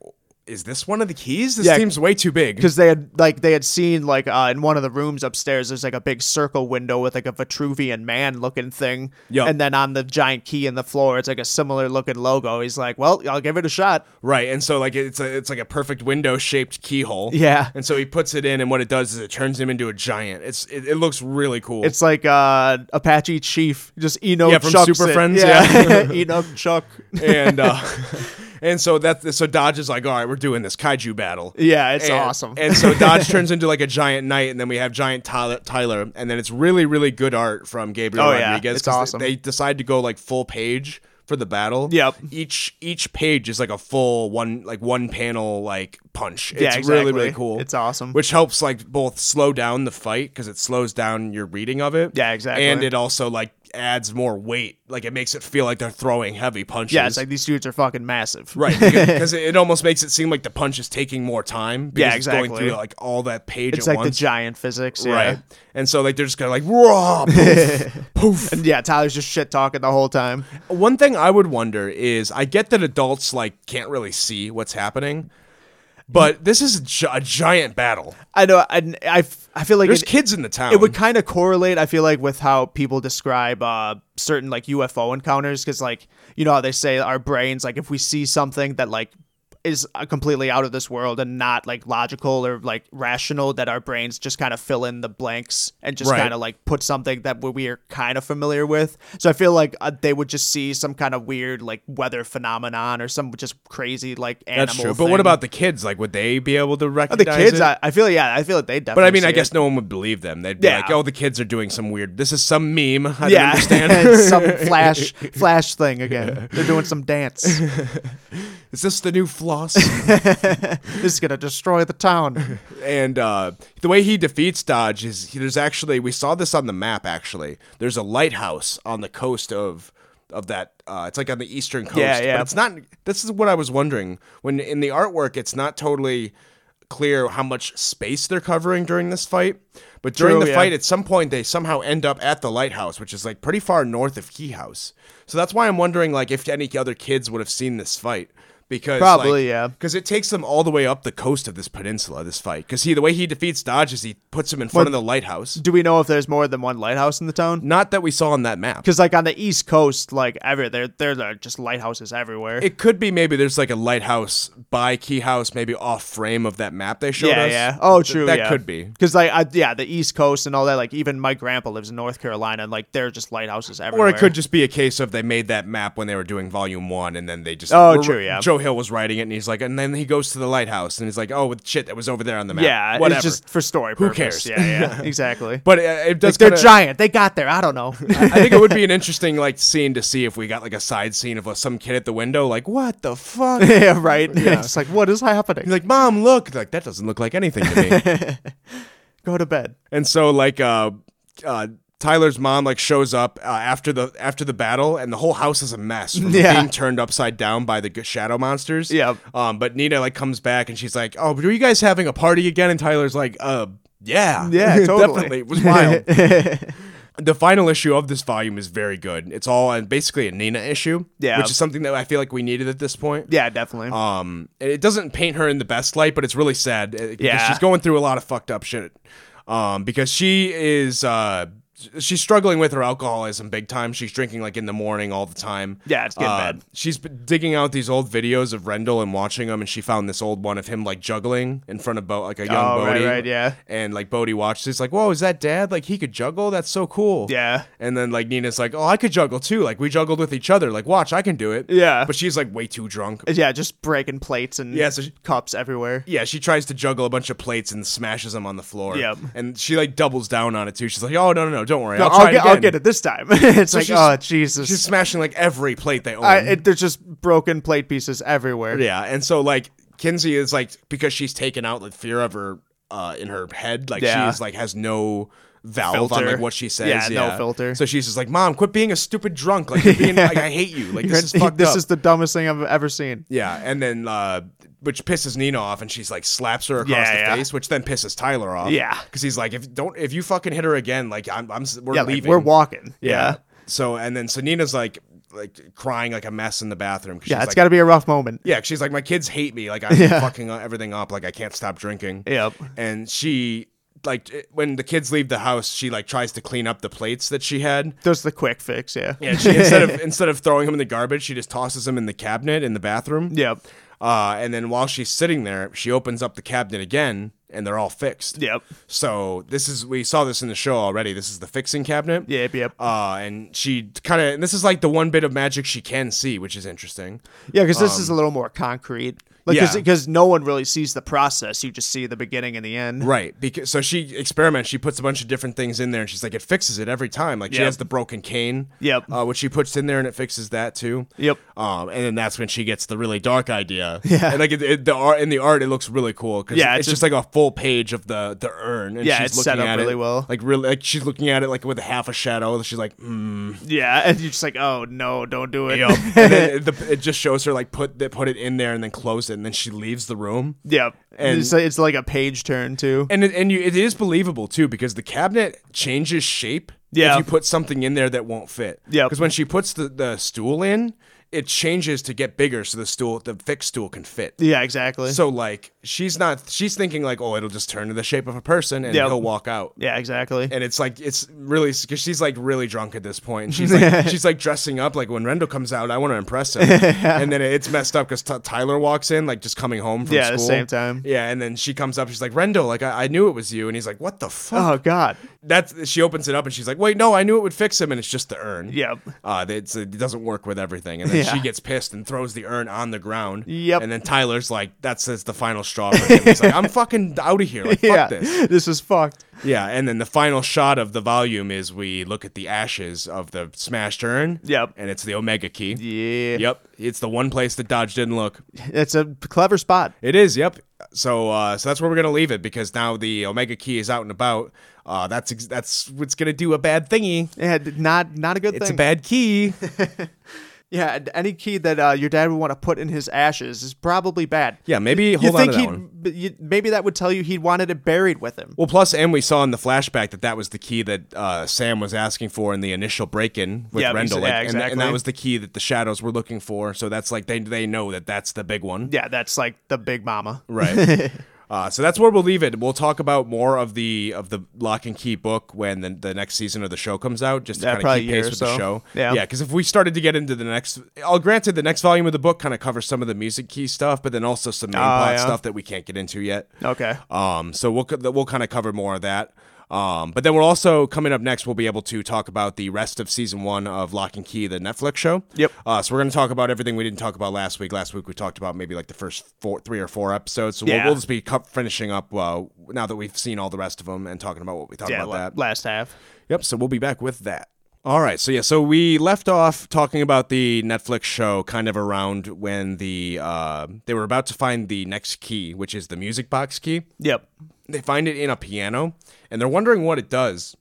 "Is this one of the keys? This
Yeah.
seems way too big."
because they had like they had seen like uh, in one of the rooms upstairs there's like a big circle window with like a vitruvian man looking thing
Yup.
and then on the giant key in the floor it's like a similar looking logo he's like well i'll give it a shot
Right, and so like it's a it's like a perfect window shaped keyhole.
Yeah.
and so he puts it in, and what it does is it turns him into a giant. It's it, it looks really cool.
it's like uh apache chief just eno
Yeah, from
chucks
Super
it.
Friends,
eno chuck
and uh, and so that so Dodge is like, all right, we're doing this kaiju battle.
Yeah, it's
And-
awesome.
and so Dodge turns into like a giant knight, and then we have giant Tyler, Tyler and then it's really really good art from Gabriel
Oh, yeah,
Rodriguez.
it's
'cause
awesome.
They decide to go like full page for the battle.
Yep.
Each each page is like a full one like one panel like punch. It's
Yeah,
really really
exactly.
cool.
It's awesome.
Which helps like both slow down the fight because it slows down your reading of it.
Yeah, exactly.
And it also like adds more weight. Like it makes it feel like they're throwing heavy punches.
yeah it's like these dudes are fucking massive
Right, because it almost makes it seem like the punch is taking more time. Because
Yeah,
It's
exactly.
going through like all that page
it's
at
like
once.
the giant physics yeah.
Right, and so like they're just kind of like raw. Poof, poof.
and yeah tyler's just shit talking the whole time
One thing I would wonder is I get that adults like can't really see what's happening, but this is a, gi- a giant battle.
i know and i, f- I feel like
There's
it-
kids in the town.
it would kind of correlate i feel like with how people describe uh certain like ufo encounters because like you know how they say our brains like if we see something that like is uh, completely out of this world and not like logical or like rational that our brains just kind of fill in the blanks and just
Right.
kind of like put something that we- we are kind of familiar with so i feel like uh, they would just see some kind of weird like weather phenomenon or some just crazy like animal
That's true. But what
thing. Oh,
about the kids? Like, would they be able to
the
recognize
kids
It?
I, I feel yeah i feel like they definitely
but I mean,
see
I
it.
guess no one would believe them. They'd be
Yeah.
like, "Oh, the kids are doing some weird. This is some meme. I
yeah,
don't understand.
some flash flash thing again. They're doing some dance.
is this the new floss?"
This is gonna destroy the town.
and uh, the way he defeats Dodge is he- there's actually we saw this on the map actually. There's a lighthouse on the coast of of that. Uh, it's like on the eastern coast.
Yeah, yeah.
But it's not. This is what I was wondering when in the artwork it's not totally clear how much space they're covering during this fight. But during
True,
the
yeah.
fight, at some point they somehow end up at the lighthouse, which is like pretty far north of Key House. So that's why I'm wondering like if any other kids would have seen this fight. because
Probably, yeah.
because it takes them all the way up the coast of this peninsula. This fight because he the way he defeats Dodge is he puts him in front of the lighthouse.
Do we know if there's more than one lighthouse in the town?
Not that we saw on that map.
Because like on the east coast, like ever there there are just lighthouses everywhere.
It could be maybe there's like a lighthouse by Key House, maybe off frame of that map they showed
yeah,
us.
yeah. Oh,
Th-
true.
That
yeah.
could be.
Because like I, yeah, the east coast and all that. Like even my grandpa lives in North Carolina, and like there are just lighthouses everywhere.
Or it could just be a case of they made that map when they were doing volume one, and then they just
Oh,
were-
true, yeah.
Joe Hill was writing it, and he's like, and then he goes to the lighthouse, and he's like, oh shit, that was over there on the map.
yeah,
whatever.
it's just for story.
Who cares?
purpose. Yeah, yeah, exactly.
but uh, it, it does.
like, they're
kinda-
giant. They got there. I don't know.
I think it would be an interesting like scene to see if we got like a side scene of uh, some kid at the window, like what the fuck. He's
yeah, right. it's like what is happening?
Like, mom, look! Like, that doesn't look like anything to me.
Go to bed.
And so like uh, uh Tyler's mom like shows up uh, after the after the battle, and the whole house is a mess from
Yeah.
being turned upside down by the g- shadow monsters.
Yep.
Um, but Nina like comes back and she's like, "Oh, were you guys having a party again?" And Tyler's like, "Uh, yeah,
Yeah, totally.
definitely. It was wild." The final issue of this volume is very good. It's all uh, basically a Nina issue,
Yeah.
which is something that I feel like we needed at this point.
Yeah, definitely.
Um, and it doesn't paint her in the best light, but it's really sad. uh, because
Yeah.
she's going through a lot of fucked up shit. Um, because she is uh, she's struggling with her alcoholism big time. She's drinking like in the morning all the time.
Yeah, it's getting
Uh,
bad.
She's b- digging out these old videos of Rendell and watching them, and she found this old one of him like juggling in front of Bo, like a young
Oh, right,
Bodie.
right, yeah.
And like Bodie watched, it's like, whoa, is that dad? Like he could juggle? That's so cool.
Yeah.
And then like Nina's like, oh, I could juggle too. Like we juggled with each other. Like watch, I can do it.
Yeah.
But she's like way too drunk.
yeah, just breaking plates and
Yeah, so she-
cups everywhere.
Yeah, she tries to juggle a bunch of plates and smashes them on the floor.
Yep.
And she like doubles down on it too. She's like, "Oh no, no, no, don't worry,
No,
I'll try
I'll, get,
it again."
I'll get it this time. it's like,
she's-
oh Jesus!
She's smashing like every plate they own.
I, it, there's just broken plate pieces everywhere.
yeah, and so like Kinsey is like because she's taken out like fear of her uh, in her head. Like
Yeah.
she's like has no valve on
Filter.
like what she says.
Yeah, no filter.
So she's just like, "Mom, quit being a stupid drunk. Like, you're being, like I hate you. Like this is fucked
this
up."
is the dumbest thing I've ever seen.
Yeah, and then uh, which pisses Nina off, and she's like slaps her across
Yeah,
the
yeah.
face, which then pisses Tyler off.
Yeah.
because he's like, if don't if you fucking hit her again, like I'm, I'm s- we're
Yeah, like,
leaving.
we're walking. Yeah,
So and then so Nina's like like crying like a mess in the bathroom. 'cause
yeah,
she's
it's
like,
got to be a rough moment.
yeah, she's like, my kids hate me. Like I'm fucking uh, everything up. Like I can't stop drinking.
Yep.
And she like it- when the kids leave the house, she like tries to clean up the plates that she had.
There's the quick fix. Yeah.
Yeah, she instead of instead of throwing them in the garbage, she just tosses them in the cabinet in the bathroom.
Yep.
Uh, and then while she's sitting there, she opens up the cabinet again, and they're all fixed.
Yep.
So this is we saw this in the show already. This is the fixing cabinet.
Yep. Yep.
Uh, and she kind of this is like the one bit of magic she can see, which is interesting.
Yeah, because this is a little more concrete. Like,
Um, yeah.
because no one really sees the process. You just see the beginning and the end.
Right. Because so she experiments. She puts a bunch of different things in there, and she's like, it fixes it every time. Like she
Yep.
has the broken cane.
Yep.
Uh, which she puts in there, and it fixes that too.
Yep.
Um, and then that's when she gets the really dark idea. Yeah. And like it, it, the art in the art, it looks really cool because
Yeah,
it's,
it's
just, like a full page of the the urn. And
Yeah,
she's
it's
looking
set up
at
really
it,
well.
Like really, like she's looking at it like with half a shadow. She's like, mm.
Yeah, and you're just like, oh no, don't do it.
yup. and then it, the, it just shows her like put that put it in there and then close it, and then she leaves the room.
Yep.
And-
And it's like, it's like a page turn too.
And it, and you, it is believable too because the cabinet changes shape.
Yeah.
If you put something in there that won't fit.
Yep.
Because when she puts the, the stool in, it changes to get bigger so the stool the fixed stool can fit.
yeah, exactly.
So like she's not she's thinking like oh it'll just turn to the shape of a person and
Yep.
he'll walk out.
yeah, exactly.
And it's like it's really because she's like really drunk at this point. And she's like she's like dressing up like when Rendell comes out, I want to impress him. And then it's messed up because Tyler walks in like just coming home from
Yeah, the
school.
same time.
Yeah, and then she comes up. She's like Rendell, like I, I knew it was you. And he's like, what the fuck?
oh God.
That's she opens it up and she's like, wait, no, I knew it would fix him. And it's just the urn.
Yep.
Uh, it's, it doesn't work with everything. And then
Yeah.
she gets pissed and throws the urn on the ground.
Yep.
And then Tyler's like, that says the final straw for him. He's like, I'm fucking out of here. Like, fuck
yeah.
this.
is fucked.
Yeah, and then the final shot of the volume is we look at the ashes of the smashed urn.
Yep.
And it's the Omega key.
Yeah.
Yep. It's the one place that Dodge didn't look.
It's a clever spot.
It is, yep. So uh, so that's where we're gonna leave it because now the Omega key is out and about. Uh, that's ex- that's what's gonna do a bad thingy.
Yeah, d- not not a good
It's a
thing.
bad key.
Yeah, and any key that uh, your dad would want to put in his ashes is probably bad.
Yeah, maybe
You
hold on
think
to that
he'd
one.
b- you, maybe that would tell you he wanted it buried with him.
Well, plus, and we saw in the flashback that that was the key that uh, Sam was asking for in the initial break-in with
Yeah, ex-
Rendell, like,
yeah,
and th- and,
exactly.
that was the key that the shadows were looking for. So that's like they they know that that's the big one,
Yeah, that's like the big mama.
right? uh, so that's where we'll leave it. We'll talk about more of the of the lock and key book when the, the next season of the show comes out, just to
Yeah,
kind of
probably
keep
a year
pace
or
with
so.
the show.
Yeah.
yeah. Because if we started to get into the next, I'll granted the next volume of the book kind of covers some of the music key stuff, but then also some main plot
Ah, yeah. Oh,
stuff that we can't get into yet.
Okay.
Um, so we'll we'll kind of cover more of that. Um, but then we're also coming up next. We'll be able to talk about the rest of season one of Lock and Key, the Netflix show.
Yep.
Uh, so we're going to talk about everything we didn't talk about last week. Last week we talked about maybe like the first four, three or four episodes. So
Yeah.
we'll, we'll just be cu- finishing up uh, now that we've seen all the rest of them and talking about what we talked
Yeah,
about
la-
that.
last half.
Yep. So we'll be back with that. All right. So yeah. So we left off talking about the Netflix show, kind of around when the uh, they were about to find the next key, which is the music box key
Yep.
they find it in a piano and they're wondering what it does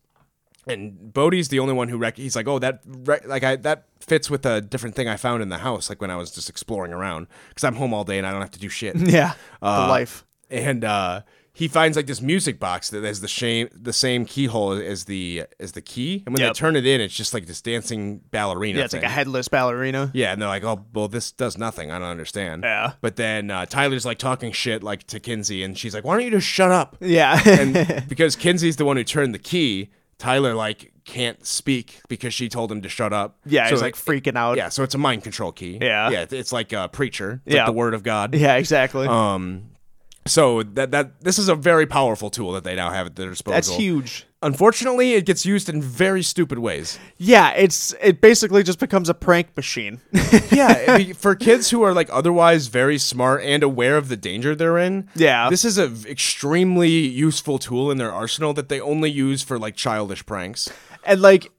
and Bodhi's the only one who rec- he's like oh that rec- like I that fits with a different thing I found in the house like when I was just exploring around cuz I'm home all day and I don't have to do shit
Yeah.
Uh,
the life.
and uh he finds like this music box that has the same the same keyhole as the as the key and when
Yep.
they turn it in it's just like this dancing ballerina
Yeah, it's
thing.
like a headless ballerina.
Yeah, and they're like, oh, well, this does nothing. I don't understand.
Yeah.
But then uh, Tyler's like talking shit like to Kinsey, and she's like, why don't you just shut up?
Yeah.
and because Kinsey's the one who turned the key, Tyler like can't speak because she told him to shut up.
yeah,
so
he's like freaking out.
yeah, so it's a mind control key.
Yeah.
yeah, it's like a preacher. It's like
Yeah.
the word of God.
Yeah, exactly.
Oh, So that that this is a very powerful tool that they now have at their disposal.
That's huge.
Unfortunately, it gets used in very stupid ways.
Yeah, it's it basically just becomes a prank machine.
yeah, be- for kids who are like otherwise very smart and aware of the danger they're in.
Yeah.
this is an extremely useful tool in their arsenal that they only use for like childish pranks.
and like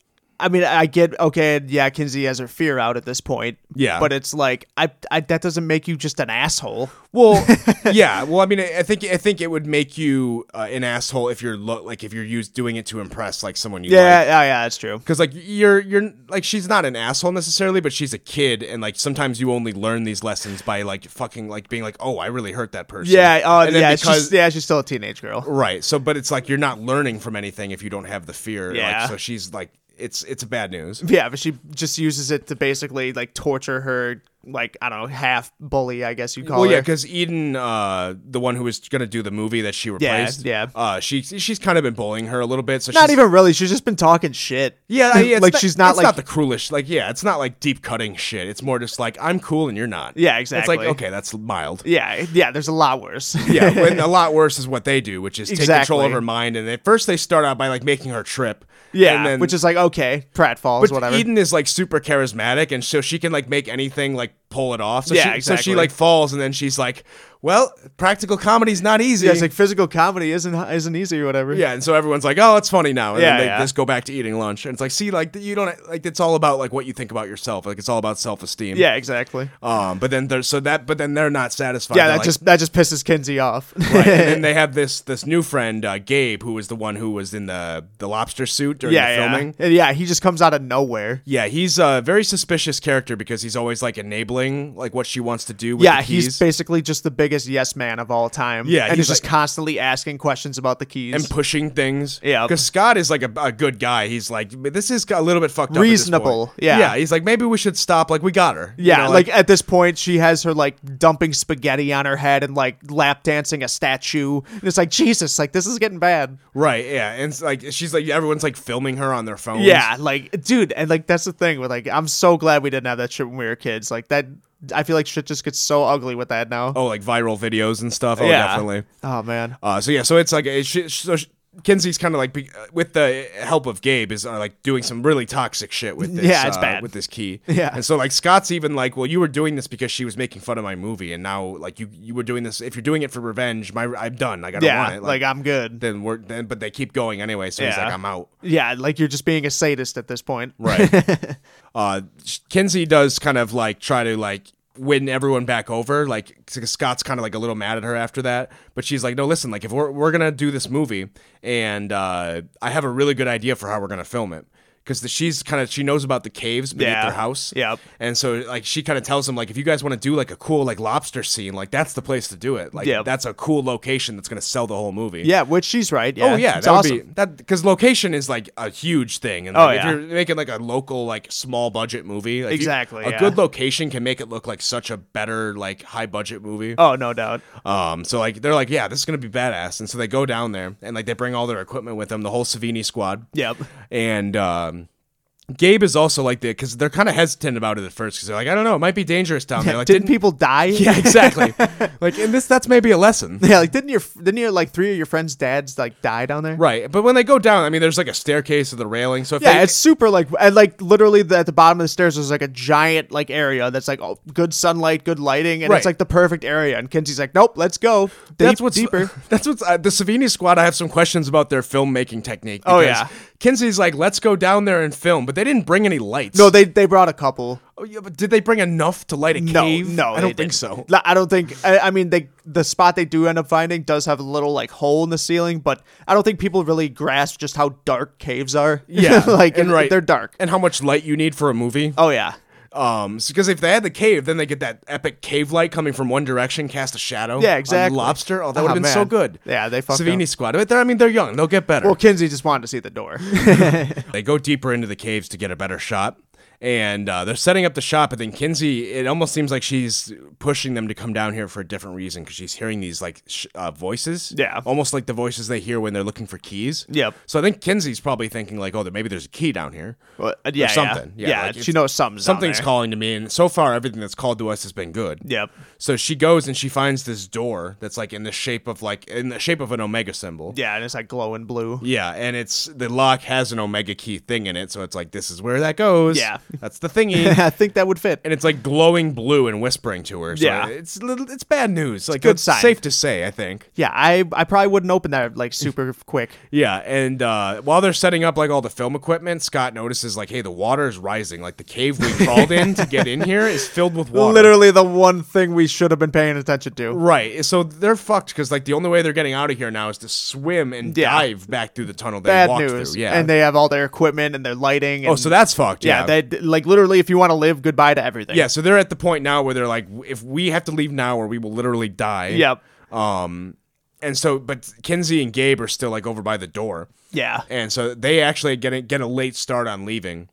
I mean, I get okay, and yeah, Kinsey has her fear out at this point.
Yeah.
But it's like I, I that doesn't make you just an asshole.
Well, yeah. Well, I mean, I I think I think it would make you uh, an asshole if you're lo- like if you're used doing it to impress like someone you
Yeah, yeah, oh, yeah, that's true.
Because like you're you're like she's not an asshole necessarily, but she's a kid, and like sometimes you only learn these lessons by like fucking like being like, oh, I really hurt that person.
Yeah, oh
And then
yeah,
because-
she's, yeah, she's still a teenage girl.
right. So, but it's like you're not learning from anything if you don't have the fear.
Yeah.
Like, so she's like, it's it's bad news.
Yeah, but she just uses it to basically like torture her, like I don't know, half bully, I guess you call
Well, yeah,
her.
because Eden, uh, the one who was gonna do the movie that she replaced,
yeah.
uh, she she's kind of been bullying her a little bit. So
Not
she's,
even really. She's just been talking shit.
Yeah, I- it's
like she's not
it's
like
not the cruelest. Like, yeah, it's not like deep cutting shit. It's more just like I'm cool and you're not.
Yeah,
It's
exactly.
like okay, that's mild.
yeah, yeah. There's a lot worse.
Yeah, when a lot worse is what they do, which is take control of
Exactly.
her mind. And at first, they start out by like making her trip.
yeah,
and then,
which is like okay, pratfalls,
but
whatever.
Eden is like super charismatic, and so she can like make anything like pull it off. So
Yeah,
she, So
exactly.
she like falls, and then she's like, "Well, practical comedy's not easy."
yeah, it's like physical comedy isn't isn't easy or whatever.
Yeah, and so everyone's like, "Oh, it's funny now," and
Yeah,
then they
yeah.
just go back to eating lunch. And it's like, see, like you don't like it's all about like what you think about yourself. Like it's all about self esteem.
yeah, exactly.
Um, but then they're so that, but then they're not satisfied.
Yeah,
They're
that
like-
just that just pisses Kinsey off.
right. and then they have this this new friend uh, Gabe, who was the one who was in the the lobster suit during
yeah,
the
yeah.
filming.
And yeah, he just comes out of nowhere.
Yeah, he's a very suspicious character because he's always like enabling like what she wants to do. With
Yeah,
the keys.
he's basically just the biggest yes man of all time.
Yeah,
and he's,
he's
just constantly asking questions about the keys.
and pushing things.
Yeah.
because Scott is like a, a good guy. He's like, this is a little bit fucked up. at this point."
Reasonable, yeah.
yeah. He's like, maybe we should stop. Like, we got her. You
yeah,
know,
like, at this point, she has her like dumping spaghetti on her head and like lap dancing a statue, and it's like Jesus, like this is getting bad.
right. Yeah, and it's like she's like everyone's like filming her on their phones.
Yeah, like dude, and like that's the thing. With like, I'm so glad we didn't have that shit when we were kids. Like that, I feel like shit just gets so ugly with that now.
Oh, like viral videos and stuff. Oh,
yeah.
definitely.
Oh man.
Uh, so yeah, so it's like it, she, so she, Kinsey's kind of like be, uh, with the help of Gabe is uh, like doing some really toxic shit with this.
Yeah, it's
uh,
bad.
with this key.
Yeah.
and so like Scott's even like, well, you were doing this because she was making fun of my movie, and now like you you were doing this. If you're doing it for revenge, my I'm done. Like I don't
Yeah,
want it.
like, I'm good.
then we're then, but they keep going anyway. So he's
Yeah.
like, I'm out.
Yeah, like you're just being a sadist at this point.
Right. uh, Kinsey does kind of like try to like win everyone back over. Like 'cause Scott's kind of like a little mad at her after that, but she's like, no, listen, like if we're we're gonna do this movie, and uh, I have a really good idea for how we're gonna film it. because she's kind of she knows about the caves beneath
Yeah.
their house.
Yep.
And so like she kind of tells him like if you guys want to do like a cool like lobster scene, like that's the place to do it. Like
Yep.
that's a cool location that's gonna sell the whole movie.
Yeah, which she's right. Yeah.
Oh yeah,
it's
that
awesome.
would be that because location is like a huge thing, and
Oh,
like,
yeah.
if you're making like a local like small budget movie, like, if you-
Exactly,
a
yeah.
good location can make it look like such a better like high budget movie.
Oh no doubt.
Um, so like they're like, yeah, this is gonna be badass, and so they go down there and like they bring all their equipment with them, the whole Savini squad.
Yep.
And um, Gabe is also like the because they're kind of hesitant about it at first because they're like, I don't know, it might be dangerous down there. Like,
didn't people die?
yeah, exactly. like, and this that's maybe a lesson.
Yeah, like didn't your didn't your like three of your friends' dads like die down there?
Right, but when they go down, I mean, there's like a staircase with the railing. So if
Yeah,
they,
it's super like and like literally the, at the bottom of the stairs there's like a giant like area that's like oh, good sunlight, good lighting, and
Right.
it's like the perfect area. And Kinsey's like, nope, let's go. Deep,
that's what's
deeper.
That's what's uh, the Savini squad. I have some questions about their filmmaking technique.
Oh,
because
yeah.
Kinsey's like, let's go down there and film, but they didn't bring any lights.
No, they they brought a couple.
Oh, yeah, but did they bring enough to light a
No,
cave?
no,
I don't
they
think
didn't.
so.
Li- I don't think. I, I mean, they the spot they do end up finding does have a little like hole in the ceiling, but I don't think people really grasp just how dark caves are.
Yeah,
like
and
and
right.
they're dark.
And how much light you need for a movie?
Oh yeah,
Um, because if they had the cave, then they get that epic cave light coming from one direction, cast a shadow.
Yeah,
on
exactly.
lobster. Oh, that
Oh,
would have been so
man.
good.
Yeah, they fucked
Savini
up.
squad. But they're, I mean, they're young. They'll get better.
Well, Kinsey just wanted to see the door.
They go deeper into the caves to get a better shot. And uh, they're setting up the shop, and then Kinsey, it almost seems like she's pushing them to come down here for a different reason because she's hearing these like sh- uh, voices.
Yeah.
Almost like the voices they hear when they're looking for keys.
Yep.
So I think Kinsey's probably thinking, like, oh, there, maybe there's a key down here.
Well, uh, yeah, yeah.
something. Yeah,
Yeah,
like,
she
it's-
knows something's down
Something's
there.
calling to me. And so far, everything that's called to us has been good.
Yep.
So she goes and she finds this door that's like in the shape of like in the shape of an omega symbol.
Yeah, and it's like glowing blue.
Yeah, and it's the lock has an omega key thing in it, so it's like this is where that goes.
Yeah.
that's the thingy,
I think that would fit.
and it's like glowing blue and whispering to her. So
Yeah.
it's little, it's bad news. Like
good
it's
sign.
safe to say, I think.
yeah, I I probably wouldn't open that like super quick.
Yeah, and uh, while they're setting up like all the film equipment, Scott notices like, hey, the water is rising. Like the cave we crawled in to get in here is filled with water.
Literally the one thing we should have been paying attention to.
Right, so they're fucked because like the only way they're getting out of here now is to swim and
Yeah.
dive back through the tunnel they
Bad
walked
news.
through. Yeah,
And they have all their equipment and their lighting. And,
oh, so that's fucked.
yeah, they like literally if you want to live, goodbye to everything.
Yeah, so they're at the point now where they're like, if we have to leave now, or we will literally die.
Yep.
Um, and so, but Kinsey and Gabe are still like over by the door,
Yeah.
and so they actually get a, get a late start on leaving,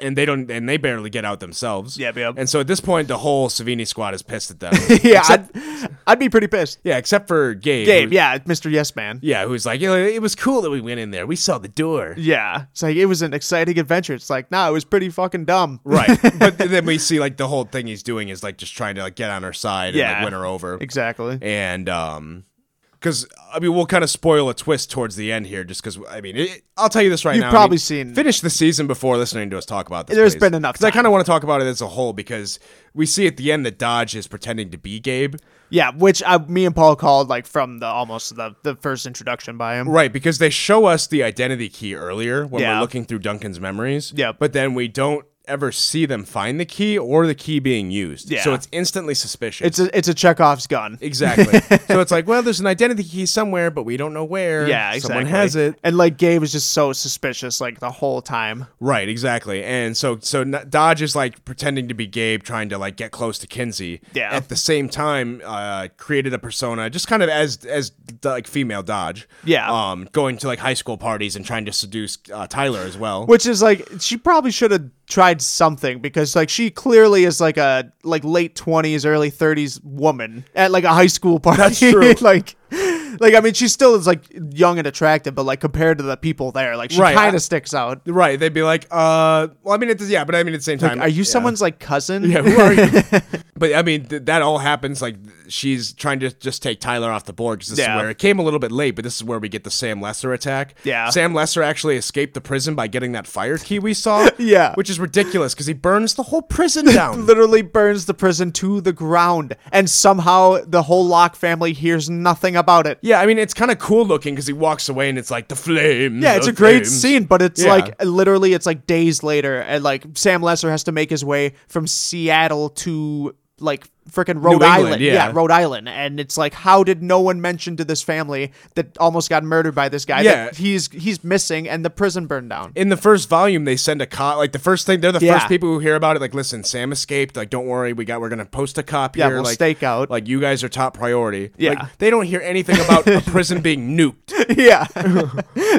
and they don't, and they barely get out themselves.
Yep, yep.
And so at this point, the whole Savini squad is pissed at them.
yeah,
Except-
I'd, I'd be pretty pissed.
yeah, except for Gabe.
Gabe,
who-
yeah, Mr. Yes Man.
yeah, who's like, "Yeah, it was cool that we went in there. We saw the door.
Yeah. It's like it was an exciting adventure. It's like, nah, it was pretty fucking dumb.
Right, but then we see like the whole thing he's doing is like just trying to like get on her side and
Yeah.
like win her over.
Exactly.
and um because i mean we'll kind of spoil a twist towards the end here just because i mean it, i'll tell you this right
You've
now I
probably
mean,
seen-
finish the season before listening to us talk about this
There's
There's
been enough
i kind
time.
of want to talk about it as a whole because we see at the end that dodge is pretending to be gabe
Yeah, which I, me and Paul called like from the almost the, the first introduction by him.
right because they show us the identity key earlier when
Yeah.
we're looking through duncan's memories
Yep.
but then we don't ever see them find the key or the key being used
Yeah.
so it's instantly suspicious
It's a it's a Chekhov's gun.
Exactly. so it's like, well, there's an identity key somewhere, but we don't know where.
Yeah, exactly.
Someone has it.
and like Gabe was just so suspicious like the whole time.
Right, exactly. And so so N- Dodge is like pretending to be Gabe trying to like get close to Kinsey.
Yeah.
At the same time, uh created a persona just kind of as as like female Dodge.
Yeah.
Um going to like high school parties and trying to seduce uh, Tyler as well.
Which is like she probably should have tried something because like she clearly is like a like late twenties, early thirties woman at like a high school party. That's
true.
like like I mean she still is like young and attractive, but like compared to the people there, like she
Right, I-
kinda sticks out.
Right, they'd be like, uh, well, I mean, it's, yeah, but I mean, at the same time,
Are you
yeah.
someone's like cousin?
Yeah, who are you? but I mean, th- that all happens. Like th- she's trying to just take Tyler off the board because this
Yeah.
is where it came a little bit late. But this is where we get the Sam Lesser attack.
Yeah.
Sam Lesser actually escaped the prison by getting that fire key we saw.
Yeah.
which is ridiculous because he burns the whole prison down.
literally burns the prison to the ground, and somehow the whole Locke family hears nothing about it.
yeah, I mean, it's kind of cool looking because he walks away and it's like the flames.
Yeah, it's
the
a great
flames."
scene, but it's
Yeah.
like literally, it's like days later, and like Sam Lesser has to make his way from Seattle to like freaking Rhode
England,
Island.
yeah.
Rhode Island. And it's like, how did no one mention to this family that almost got murdered by this guy
Yeah.
that he's he's missing and the prison burned down?
in the first volume they send a cop like the first thing they're the
Yeah.
first people who hear about it like listen sam escaped like don't worry we got we're gonna post a cop
Yeah,
here
we'll
like
stake out.
like you guys are top priority
Yeah.
like, they don't hear anything about a prison being nuked
yeah.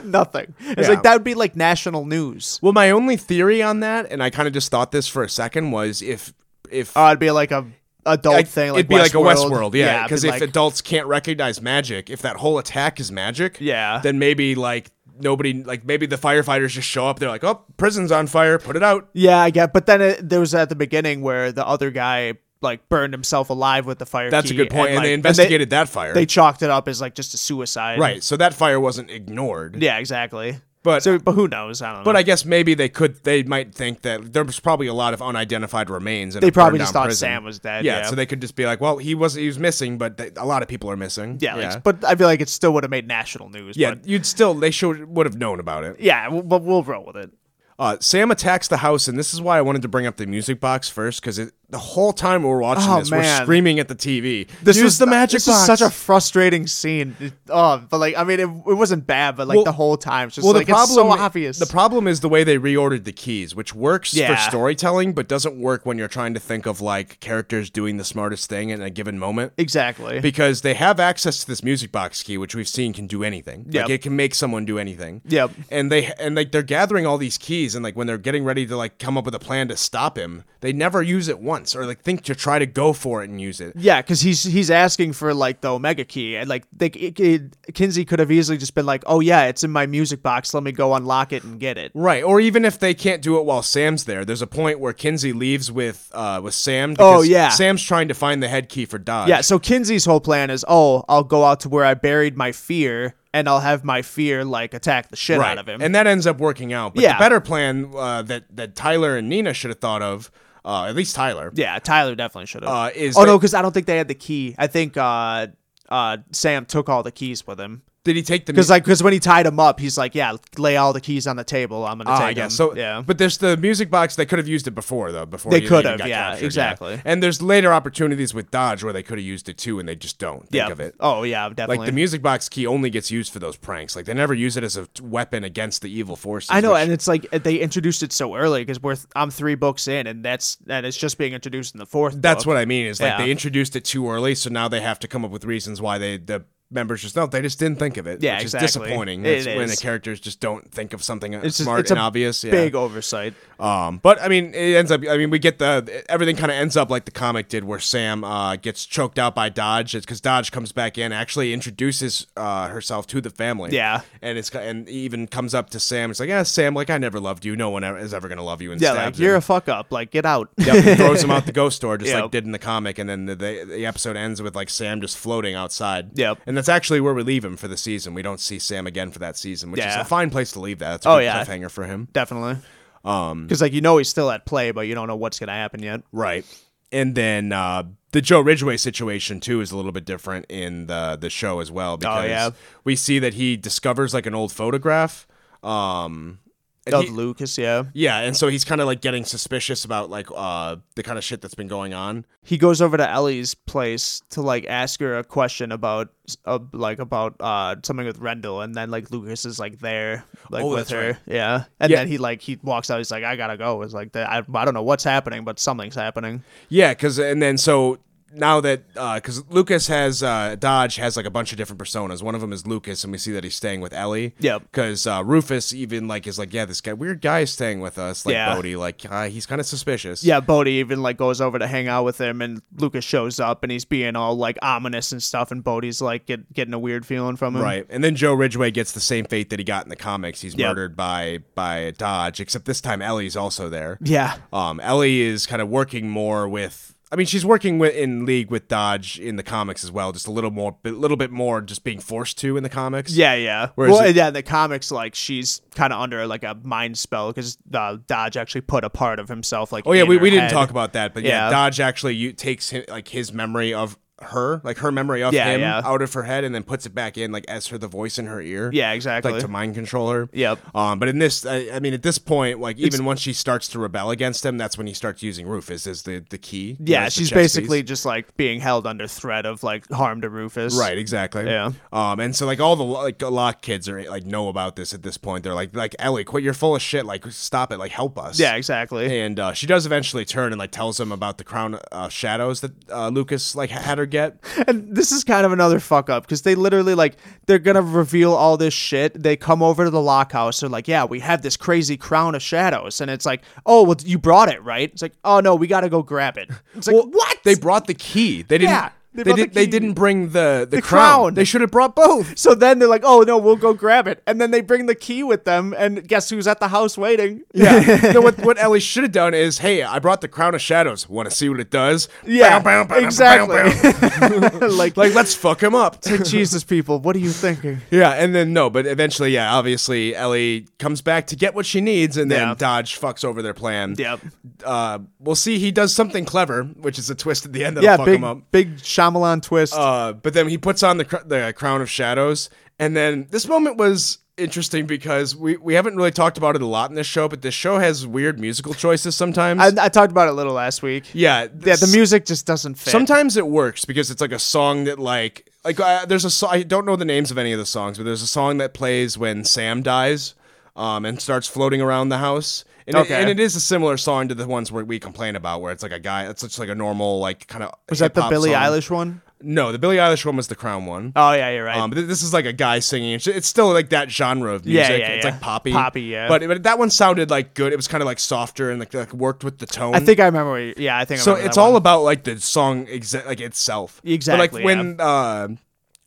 Nothing. It's
Yeah.
like that would be like national news.
well my only theory on that and i kind of just thought this for a second was if if
Oh, it'd be like a adult
like,
thing. Like
it'd be like a
Westworld.
Westworld, yeah.
it'd
Because
be
if
like-
adults can't recognize magic, if that whole attack is magic,
Yeah.
then maybe like nobody, like maybe the firefighters just show up. They're like, "Oh, prison's on fire, put it out."
yeah, I get. But then it, there was at the beginning where the other guy like burned himself alive with the fire.
That's a
key,
good point. And,
like-
they investigated that fire.
they chalked it up as like just a suicide.
Right. So that fire wasn't ignored.
Yeah. Exactly.
But-
so, but who knows? I don't know.
But I guess maybe they could. They might think that there's probably a lot of unidentified remains. In
they
a
probably
burned-down
just thought
prison.
Sam was dead.
Yeah,
Yeah.
So they could just be like, "Well, he was. He was missing, but th- a lot of people are missing."
yeah, like,
Yeah.
But I feel like it still would have made national news.
Yeah,
But
you'd still. They should would have known about it.
yeah. w- But we'll roll with it.
Uh, Sam attacks the house, and this is why I wanted to bring up the music box first, because the whole time we were watching
Oh,
this,
man.
we're screaming at the TV.
This
Use
was
the magic
This
box.
is such a frustrating scene. It- oh, but like I mean, it, it wasn't bad, but like
Well-
the whole time, it's just
well,
like
the problem
it's so obvious.
The problem is the way they reordered the keys, which works for
Yeah.
storytelling, but doesn't work when you're trying to think of like characters doing the smartest thing in a given moment.
exactly.
Because they have access to this music box key, which we've seen can do anything.
Yep.
Like it can make someone do anything.
Yep.
And they and like they're gathering all these keys, and like when they're getting ready to like come up with a plan to stop him, they never use it once, or like think to try to go for it and use it.
Yeah, because he's he's asking for like the Omega key, and like they, it, it- Kinsey could have easily just been like, "Oh yeah, it's in my music box. Let me go unlock it and get it."
Right, or even if they can't do it while Sam's there, there's a point where Kinsey leaves with uh, with Sam.
Oh,
because
yeah.
Sam's trying to find the head key for Dodge.
Yeah, so Kinsey's whole plan is, "Oh, I'll go out to where I buried my fear, and I'll have my fear like attack the shit out of him."
And that ends up working out. But
Yeah.
the better plan uh, that that Tyler and Nina should have thought of, uh, at least Tyler,
yeah, Tyler definitely should have.
uh, is
oh
that-
no, because I don't think they had the key. I think uh, uh, Sam took all the keys with him.
did he take the
Because like, because when he tied him up, he's like, "Yeah, lay all the keys on the table. I'm gonna
Ah,
take
I guess
them."
so.
yeah,
but there's the music box. They could have used it before though. Before
They
it even
could have,
got
yeah,
captured,
exactly.
And there's later opportunities with Dodge where they could have used it too, and they just don't think
yeah.
of it.
Oh yeah, definitely.
Like the music box key only gets used for those pranks. Like they never use it as a t- weapon against the evil forces.
I know,
which-
and it's like uh, they introduced it so early because we're th- I'm three books in, and that's and it's just being introduced in the fourth.
that's
book.
what I mean. Is like
Yeah.
they introduced it too early, so now they have to come up with reasons why they the members just don't. They just didn't think of it.
Yeah,
which
exactly.
is disappointing.
It
It's when the
is.
characters just don't think of something
It's just-
smart
it's a
and obvious. Yeah.
Big oversight.
Um, but I mean, it ends up. I mean, we get the everything kind of ends up like the comic did, where Sam uh, gets choked out by Dodge. It's because Dodge comes back in, actually introduces uh, herself to the family.
Yeah.
and it's and even comes up to Sam. It's like, yeah, Sam, like I never loved you. No one ever, is ever gonna love you. And
Yeah, like
stabs
you're a
him.
fuck up. Like get out.
Yep, and throws him out the ghost door, just
Yep.
like did in the comic, and then the, the the episode ends with like Sam just floating outside.
Yep.
and that's actually where we leave him for the season. We don't see Sam again for that season, which
Yeah.
is a fine place to leave that. That's a
Oh,
good
yeah.
cliffhanger for him.
Definitely. Um, because like you know he's still at play, but you don't know what's gonna happen yet.
Right. And then uh, the Joe Ridgway situation too is a little bit different in the the show as well because
Oh, yeah.
we see that he discovers like an old photograph. Um and
Of
he-
Lucas, yeah,
yeah, and so he's kind of like getting suspicious about like uh the kind of shit that's been going on.
he goes over to Ellie's place to like ask her a question about, uh, like about uh something with Rendell, and then like Lucas is like there, like
Oh, that's
with her,
right.
yeah, and
Yeah.
then he like he walks out, he's like, I gotta go, it's like that, I, I don't know what's happening, but something's happening.
Yeah, cuz and then so now that uh cuz Lucas has uh Dodge has like a bunch of different personas. One of them is Lucas and we see that he's staying with Ellie.
Yep.
Cuz uh Rufus even like is like yeah, this guy weird guy is staying with us like
Yeah.
Bodhi like uh, he's kind of suspicious.
Yeah, Bodhi even like goes over to hang out with him, and Lucas shows up, and he's being all like ominous and stuff, and Bodhi's like get, getting a weird feeling from him.
Right. And then Joe Ridgway gets the same fate that he got in the comics. He's
Yep.
murdered by by Dodge, except this time Ellie's also there.
Yeah.
Um, Ellie is kind of working more with. I mean, she's working with, in league with Dodge in the comics as well, just a little more, a little bit more, just being forced to in the comics.
Yeah, yeah.
Whereas
well,
it-
yeah, in the comics, like she's kind of under like a mind spell because uh, Dodge actually put a part of himself like.
Oh yeah,
in
we,
her
we didn't
head.
talk about that, but yeah,
Yeah.
Dodge actually you, takes hi- like his memory of her, like her memory of
Yeah,
him,
yeah.
out of her head, and then puts it back in, like as her the voice in her ear.
Yeah, exactly.
Like to mind control her.
Yep.
Um, but in this, I, I mean, at this point, like even once she starts to rebel against him, that's when he starts using Rufus as the the key. you know,
yeah,
as the
she's
chess piece.
basically just like being held under threat of like harm to Rufus.
Right, exactly.
Yeah.
Um, and so like all the lo- like a lot of kids are like know about this at this point. They're like like Ellie, quit. You're full of shit. Like stop it. Like help us.
Yeah, exactly.
And uh, she does eventually turn and like tells him about the crown uh, shadows that uh, Lucas like had her get.
And this is kind of another fuck up because they literally like they're gonna reveal all this shit. They come over to the lock house. They're like, "Yeah, we have this crazy crown of shadows," and it's like, "Oh, well, you brought it, right?" It's like, "Oh no, we gotta go grab it." It's like, "What?"
They brought the key. They didn't.
Yeah,
they
they brought the
did, they
key.
didn't bring the the,
crown.
They should have brought both.
so then they're like, "Oh no, we'll go grab it," and then they bring the key with them, and guess who's at the house waiting?
Yeah. no, what, what Ellie should have done is, hey, I brought the crown of shadows. Want to see what it does?
Yeah,
Bow, bow, bow, bow,
exactly.
bow, bow.
like,
like let's fuck him up.
like, Jesus, people, what are you thinking?
Yeah, and then no, but eventually, yeah, obviously Ellie comes back to get what she needs, and then
Yeah.
Dodge fucks over their plan.
Yep.
Uh, we'll see. He does something clever, which is a twist at the end that'll
Yeah,
fuck
big
him up.
big Shyamalan twist.
Uh, but then he puts on the cr- the crown of shadows, and then this moment was interesting because we we haven't really talked about it a lot in this show, but this show has weird musical choices sometimes.
I, I talked about it a little last week.
yeah,
Yeah, the
s-
music just doesn't fit.
Sometimes it works because it's like a song that like like uh, there's a so- I don't know the names of any of the songs, but there's a song that plays when Sam dies, um, and starts floating around the house. And,
Okay.
it, and it is a similar song to the ones where we complain about, where it's like a guy. It's just like a normal, like kind of.
was that the Billie Eilish one?
No, the Billie Eilish one was the Crown one.
Oh yeah, you're right.
Um, but th- this is like a guy singing. It's, it's still like that genre of music.
yeah,
it's
yeah.
like poppy,
Poppy, yeah.
But, but that one sounded like good. It was kind of like softer and like, like worked with the tone.
I think I remember. What you, yeah, I think. I
So
remember
it's
that
all
one.
about like the song exa- like itself. But,
Exactly,
like when uh,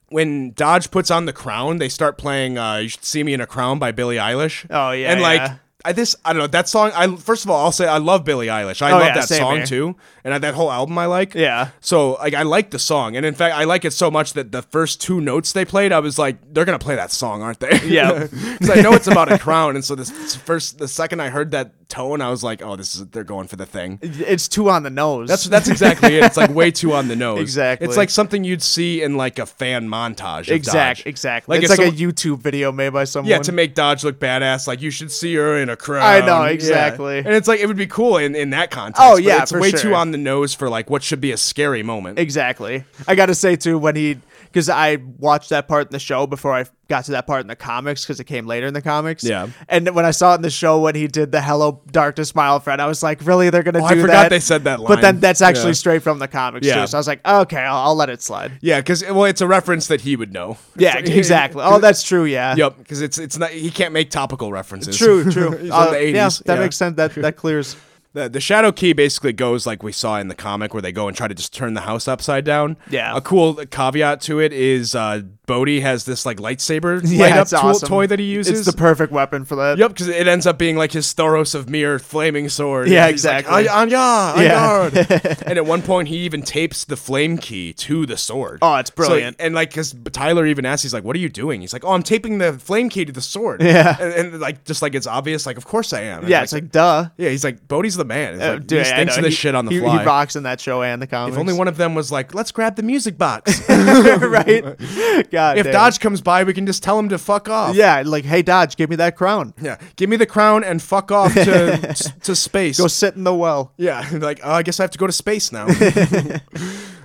when Dodge puts on the crown, they start playing uh, "You Should See Me in a Crown" by Billie Eilish.
Oh, yeah,
And like
yeah.
I, this, I don't know that song. I first of all, I'll say I love Billie Eilish. I
Oh,
love
yeah,
that
same
song
here.
too, and I, that whole album I like.
Yeah.
So like I like the song, and in fact I like it so much that the first two notes they played, I was like, they're gonna play that song, aren't they?
Yeah.
Because I know it's about a crown, and so this first, the second I heard that tone, I was like, oh, this is they're going for the thing.
it's too on the nose.
That's that's exactly it. It's like way too on the nose.
Exactly.
It's like something you'd see in like a fan montage. Of
exact
Dodge.
exactly.
Like
it's
if
like a
someone-
YouTube video made by someone.
Yeah, to make Dodge look badass, like you should see her in a crown.
I know,
Yeah.
exactly.
And it's like it would be cool in, in that context.
Oh,
but
yeah,
it's
for
way
sure.
too on the nose for like what should be a scary moment.
Exactly. I gotta say too when he because I watched that part in the show before I got to that part in the comics because it came later in the comics.
Yeah.
And when I saw it in the show when he did the "Hello, darkness, my old friend," I was like, "Really? They're gonna
Oh, I
do that?"
forgot they said that
But then
line.
that's actually
Yeah.
straight from the comics
Yeah.
too. So I was like, "Okay, I'll, I'll let it slide."
yeah, because well, it's a reference that he would know.
Yeah,
It's-
exactly. Oh, that's true. Yeah.
Yep, because it's it's not he can't make topical references.
True. True.
He's
Uh,
on the 80s.
Yeah, that
yeah.
makes sense. That that clears.
The, the shadow key basically goes like we saw in the comic, where they go and try to just turn the house upside down.
Yeah.
A cool caveat to it is uh, Bodhi has this like lightsaber
Yeah,
light up
it's
tool-
awesome.
toy that he uses.
It's the perfect weapon for that.
Yep, because it ends up being like his Thoros of Mir flaming sword.
Yeah,
He's like,
exactly.
"Ay- Anya, on
Yeah.
guard. and at one point, he even tapes the flame key to the sword.
Oh, it's
So-
brilliant.
and like, because Tyler even asks, he's like, "What are you doing?" He's like, "Oh, I'm taping the flame key to the sword." Yeah, and, and, like just like it's obvious, like of course I am. And,
Yeah. It's like duh.
yeah, he's like Bodhi's the man. He's
Uh,
like,
dude,
he
I
thinks
know.
of this
He-
shit on the
he-
fly.
He rocks in that show and the comics.
if only one of them was like, "Let's grab the music box."
right? God.
if
damn.
Dodge comes by, we can just tell him to fuck off.
Yeah, like, hey, Dodge, give me that crown.
yeah. Give me the crown and fuck off to to space.
Go sit in the well.
Yeah, like oh, I guess I have to go to space now.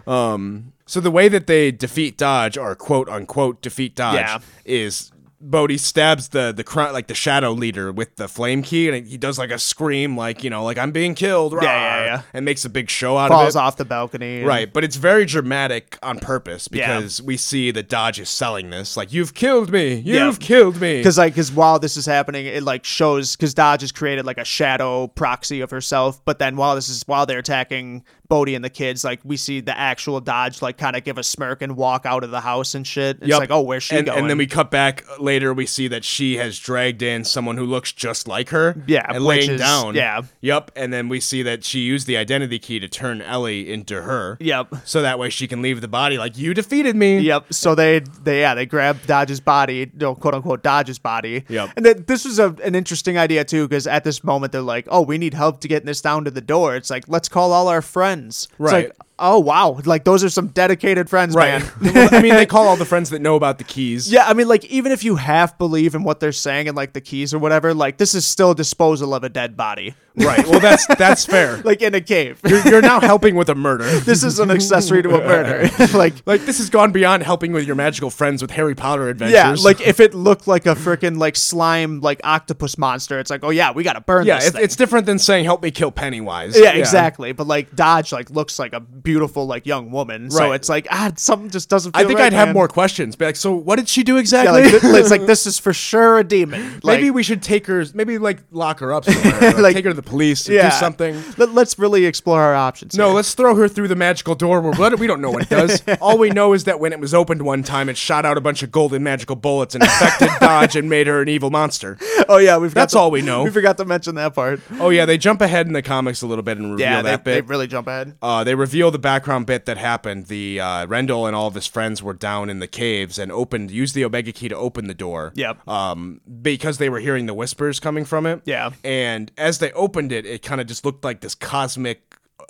um, so the way that they defeat Dodge, or quote unquote defeat Dodge,
Yeah.
is Bodhi stabs the the cr- like the shadow leader with the flame key, and he does like a scream, like you know, like I'm being killed, rah,
yeah, yeah.
and makes a big show out
Falls
of it.
off the balcony. and-
Right, but it's very dramatic on purpose
Yeah.
because we see that Dodge is selling this. Like, you've killed me, you've
Yeah.
killed me.
Because like, because while this is happening, it like shows because Dodge has created like a shadow proxy of herself. But then while this is while they're attacking Bodhi and the kids, like we see the actual Dodge like kind of give a smirk and walk out of the house and shit. It's
Yup.
like, oh, where's she
and,
going?
And then we cut back later. We see that she has dragged in someone who looks just like her.
Yeah,
and
which
laying
is-
down.
yeah.
Yep. And then we see that she used the identity key to turn Ellie into her.
Yep.
So that way she can leave the body. Like you defeated me.
Yep. So they, they, yeah, they grab Dodge's body, no, quote unquote, Dodge's body.
Yep.
And that this was a, an interesting idea too, because at this moment they're like, "Oh, we need help to get this down to the door." It's like, let's call all our friends. It's
Right.
like, oh wow, like those are some dedicated friends,
Right.
man.
Well, I mean, they call all the friends that know about the keys.
Yeah, I mean, like even if you half believe in what they're saying and like the keys or whatever, like this is still disposal of a dead body,
Right. Well, that's that's fair.
like in a cave.
You're, you're now helping with a murder.
this is an accessory to a murder. like,
Like this has gone beyond helping with your magical friends with Harry Potter adventures.
yeah, like if it looked like a freaking like slime like octopus monster, it's like, oh yeah, we gotta burn
yeah,
this
it,
thing.
it's different than saying help me kill Pennywise.
yeah, exactly. But like Dodge, like looks like a beautiful like young woman, so
Right.
it's like ah, something just doesn't. Feel
I think
right,
I'd have
man.
more questions. Be like, so what did she do
Yeah,
exactly?
like, th- it's like this is for sure a demon. Like,
maybe we should take her. Maybe like lock her up somewhere. or
Like-
take her to the police. Or
yeah.
Do something.
Let, let's really explore our options.
No,
here.
let's throw her through the magical door. We're, but we don't know what it does. All we know is that when it was opened one time, it shot out a bunch of golden magical bullets and infected Dodge and made her an evil monster.
oh yeah, we've got
That's
to-
all we know.
We forgot to mention that part.
Oh yeah, they jump ahead in the comics a little bit and reveal
Yeah, they,
that
they
bit.
really jump ahead.
uh, they reveal the background bit that happened. The uh, Rendell and all of his friends were down in the caves and opened used the Omega key to open the door.
Yep.
Um, because they were hearing the whispers coming from it.
Yeah.
And as they opened it, it kind of just looked like this cosmic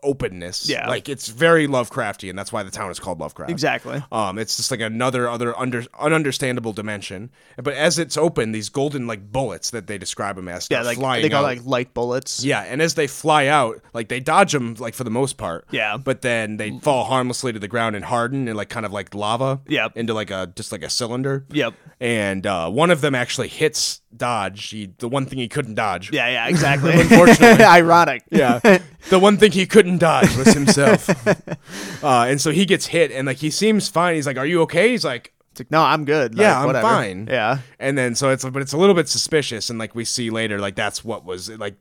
openness.
Yeah.
Like it's very Lovecrafty, and that's why the town is called Lovecraft.
Exactly.
Um, it's just like another other under ununderstandable dimension. But as it's open, these golden like bullets that they describe them as
Yeah,
start
like
flying
they got
out.
like light bullets.
Yeah, and as they fly out, like they dodge them, like for the most part.
Yeah.
But then they fall harmlessly to the ground and harden and like kind of like lava.
Yep.
Into like a just like a cylinder.
Yep.
And uh, one of them actually hits Dodge. He, the one thing he couldn't dodge.
Yeah, yeah, exactly.
Unfortunately.
ironic.
Yeah. the one thing he couldn't dodge was himself. uh, and so he gets hit and like he seems fine. He's like, "Are you okay?" He's like,
It's like, no, I'm good.
yeah,
like,
I'm
whatever.
fine.
Yeah.
And then so it's but it's a little bit suspicious, and like we see later, like that's what was like.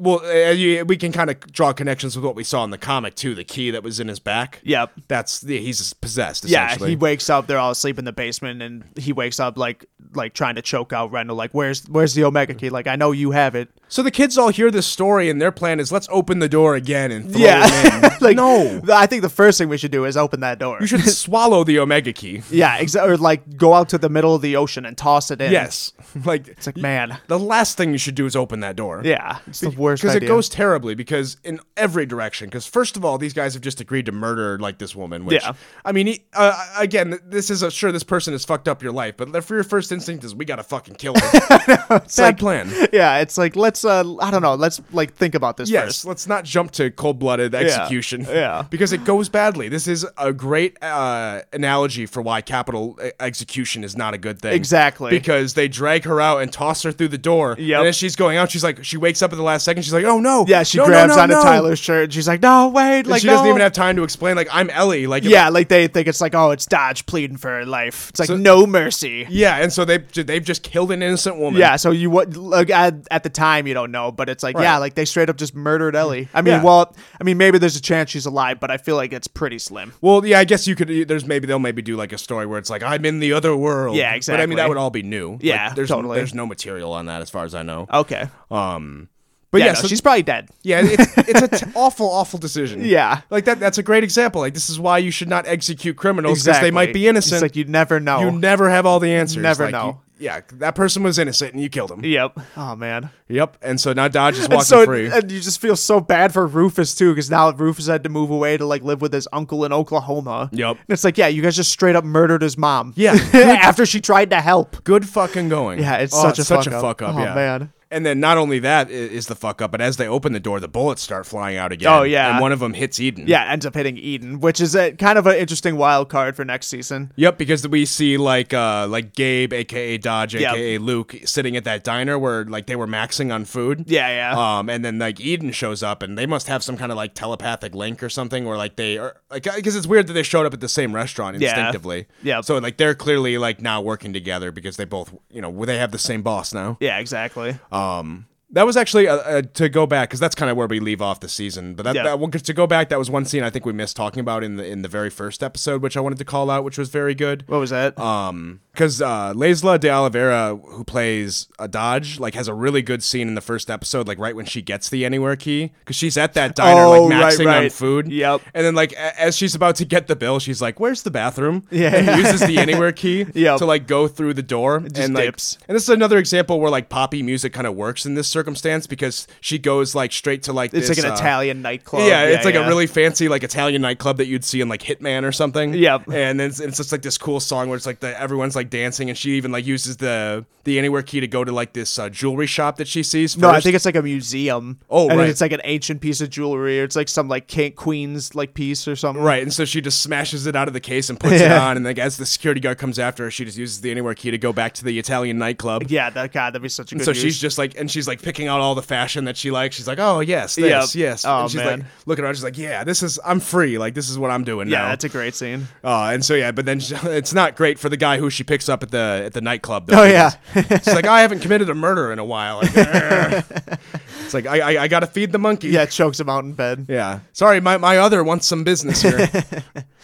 Well, uh, you, we can kind of draw connections with what we saw in the comic too. The key that was in his back.
Yep.
That's yeah, he's possessed.
Yeah,
Essentially.
he wakes up. They're all asleep in the basement, and he wakes up like like trying to choke out Rendell. Like, where's where's the Omega key? Like, I know you have it.
so the kids all hear this story, and their plan is let's open the door again and throw him
yeah,
in.
like
no,
I think the first thing we should do is open that door.
you should swallow the Omega key.
yeah, exactly. Or like go out to the middle of the ocean and toss it in.
Yes, like
it's like man.
the last thing you should do is open that door.
Yeah, it's the worst.
because it
idea.
goes terribly because in every direction because first of all these guys have just agreed to murder like this woman which
Yeah.
i mean he, uh, again th- this is a sure this person has fucked up your life but if your first instinct is we gotta fucking kill her bad plan
Yeah, it's like let's uh I don't know, let's like think about this
yes
first.
let's not jump to cold-blooded execution
yeah.
because it goes badly this is a great uh, analogy for why capital e- execution is not a good thing
Exactly.
because they drag her out and toss her through the door
Yep.
and as she's going out she's like she wakes up at the last second she's like oh no
Yeah, she
no, no,
grabs
no,
onto
no.
Tyler's shirt and she's like, "No, wait!" Like
she doesn't
no."
even have time to explain. Like I'm Ellie. Like
Yeah, like they think it's like, "Oh, it's Dodge pleading for her life." It's like no mercy.
yeah. And so they they've just killed an innocent woman.
Yeah, so you what like at, at the time you don't know, but it's like yeah, like they straight up just murdered Ellie. I mean,
Mm-hmm. Yeah.
well, I mean maybe there's a chance she's alive, but I feel like it's pretty slim.
Well, yeah. I guess you could. There's maybe they'll maybe do like a story where it's like I'm in the other world.
Yeah,
But I mean
exactly.
that would all be new.
Yeah,
Like, there's
totally.
There's no material on that as far as I know.
Okay,
Um, but
yeah,
yeah,
no,
so-
she's probably dead.
yeah. It's it's an t- awful awful decision.
Yeah.
Like that. That's a great example. Like this is why you should not execute criminals because they might be
It's
innocent.
like you never know.
you never have all the answers.
Never
Like,
know.
you- yeah, that person was innocent and you killed him.
yep. Oh man.
Yep. And so now Dodge is walking
and so
free.
and you just feel so bad for Rufus too, because now Rufus had to move away to like live with his uncle in Oklahoma.
Yup.
And it's like, yeah, you guys just straight up murdered his mom.
Yeah.
after she tried to help.
Good fucking going.
Yeah, it's
Oh,
such a fuck
a
up.
fuck up.
Oh,
yeah.
man.
And then not only that i- is the fuck up, but as they open the door, the bullets start flying out again.
Oh, yeah.
and one of them hits Eden.
Yeah, ends up hitting Eden, which is a kind of an interesting wild card for next season.
Yep, because we see like uh like Gabe, aka Dodge,
Yeah.
aka Luke, sitting at that diner where like they were maxing on food.
Yeah, yeah.
Um, and then like Eden shows up, and they must have some kind of like telepathic link or something, or like they are like because it's weird that they showed up at the same restaurant
Yeah.
instinctively.
Yep.
So like they're clearly like now working together because they both you know they have the same boss now.
yeah, exactly.
Um, that was actually uh, uh, to go back because that's kind of where we leave off the season. But that,
Yeah.
that well, to go back, that was one scene I think we missed talking about in the in the very first episode, which I wanted to call out, which was very good.
What was that?
Um, because uh, Lesla de Oliveira, who plays a Dodge, like has a really good scene in the first episode, like right when she gets the anywhere key, because she's at that diner,
Oh,
like
right,
maxing on
right.
food.
Yep.
And then like a- as she's about to get the bill, she's like, "Where's the bathroom?"
Yeah.
And uses the anywhere key
Yep.
to like go through the door
just
and like.
dips.
And this is another example where like poppy music kind of works in this circumstance because she goes like straight to like
It's
this,
like an
uh,
Italian nightclub.
Yeah, it's like a
yeah.
really fancy like Italian nightclub that you'd see in like Hitman or something.
Yep.
And then it's, it's just like this cool song where it's like the everyone's like dancing and she even like uses the the anywhere key to go to like this uh, jewelry shop that she sees. First.
No, I think it's like a museum.
Oh,
and
right.
It's like an ancient piece of jewelry, or it's like some like king, queen's like piece or something.
Right, and so she just smashes it out of the case and puts it
Yeah.
on, and like as the security guard comes after her, she just uses the anywhere key to go back to the Italian nightclub.
Yeah, that God, that'd be such a good.
so
use.
she's just like, and she's like picking out all the fashion that she likes. She's like, oh yes, this,
Yep.
yes.
Oh,
and she's like
man.
looking around. She's like, yeah, this is I'm free. Like this is what I'm doing
yeah,
now.
that's a great scene.
Uh, and so yeah, but then she, it's not great for the guy who she picks up at the at the nightclub.
Oh,
Though,
yeah.
it's like I haven't committed a murder in a while. Like, "Argh." it's like I I, I got to feed the monkey.
Yeah, chokes him out in bed.
yeah. Sorry, my, my other wants some business here.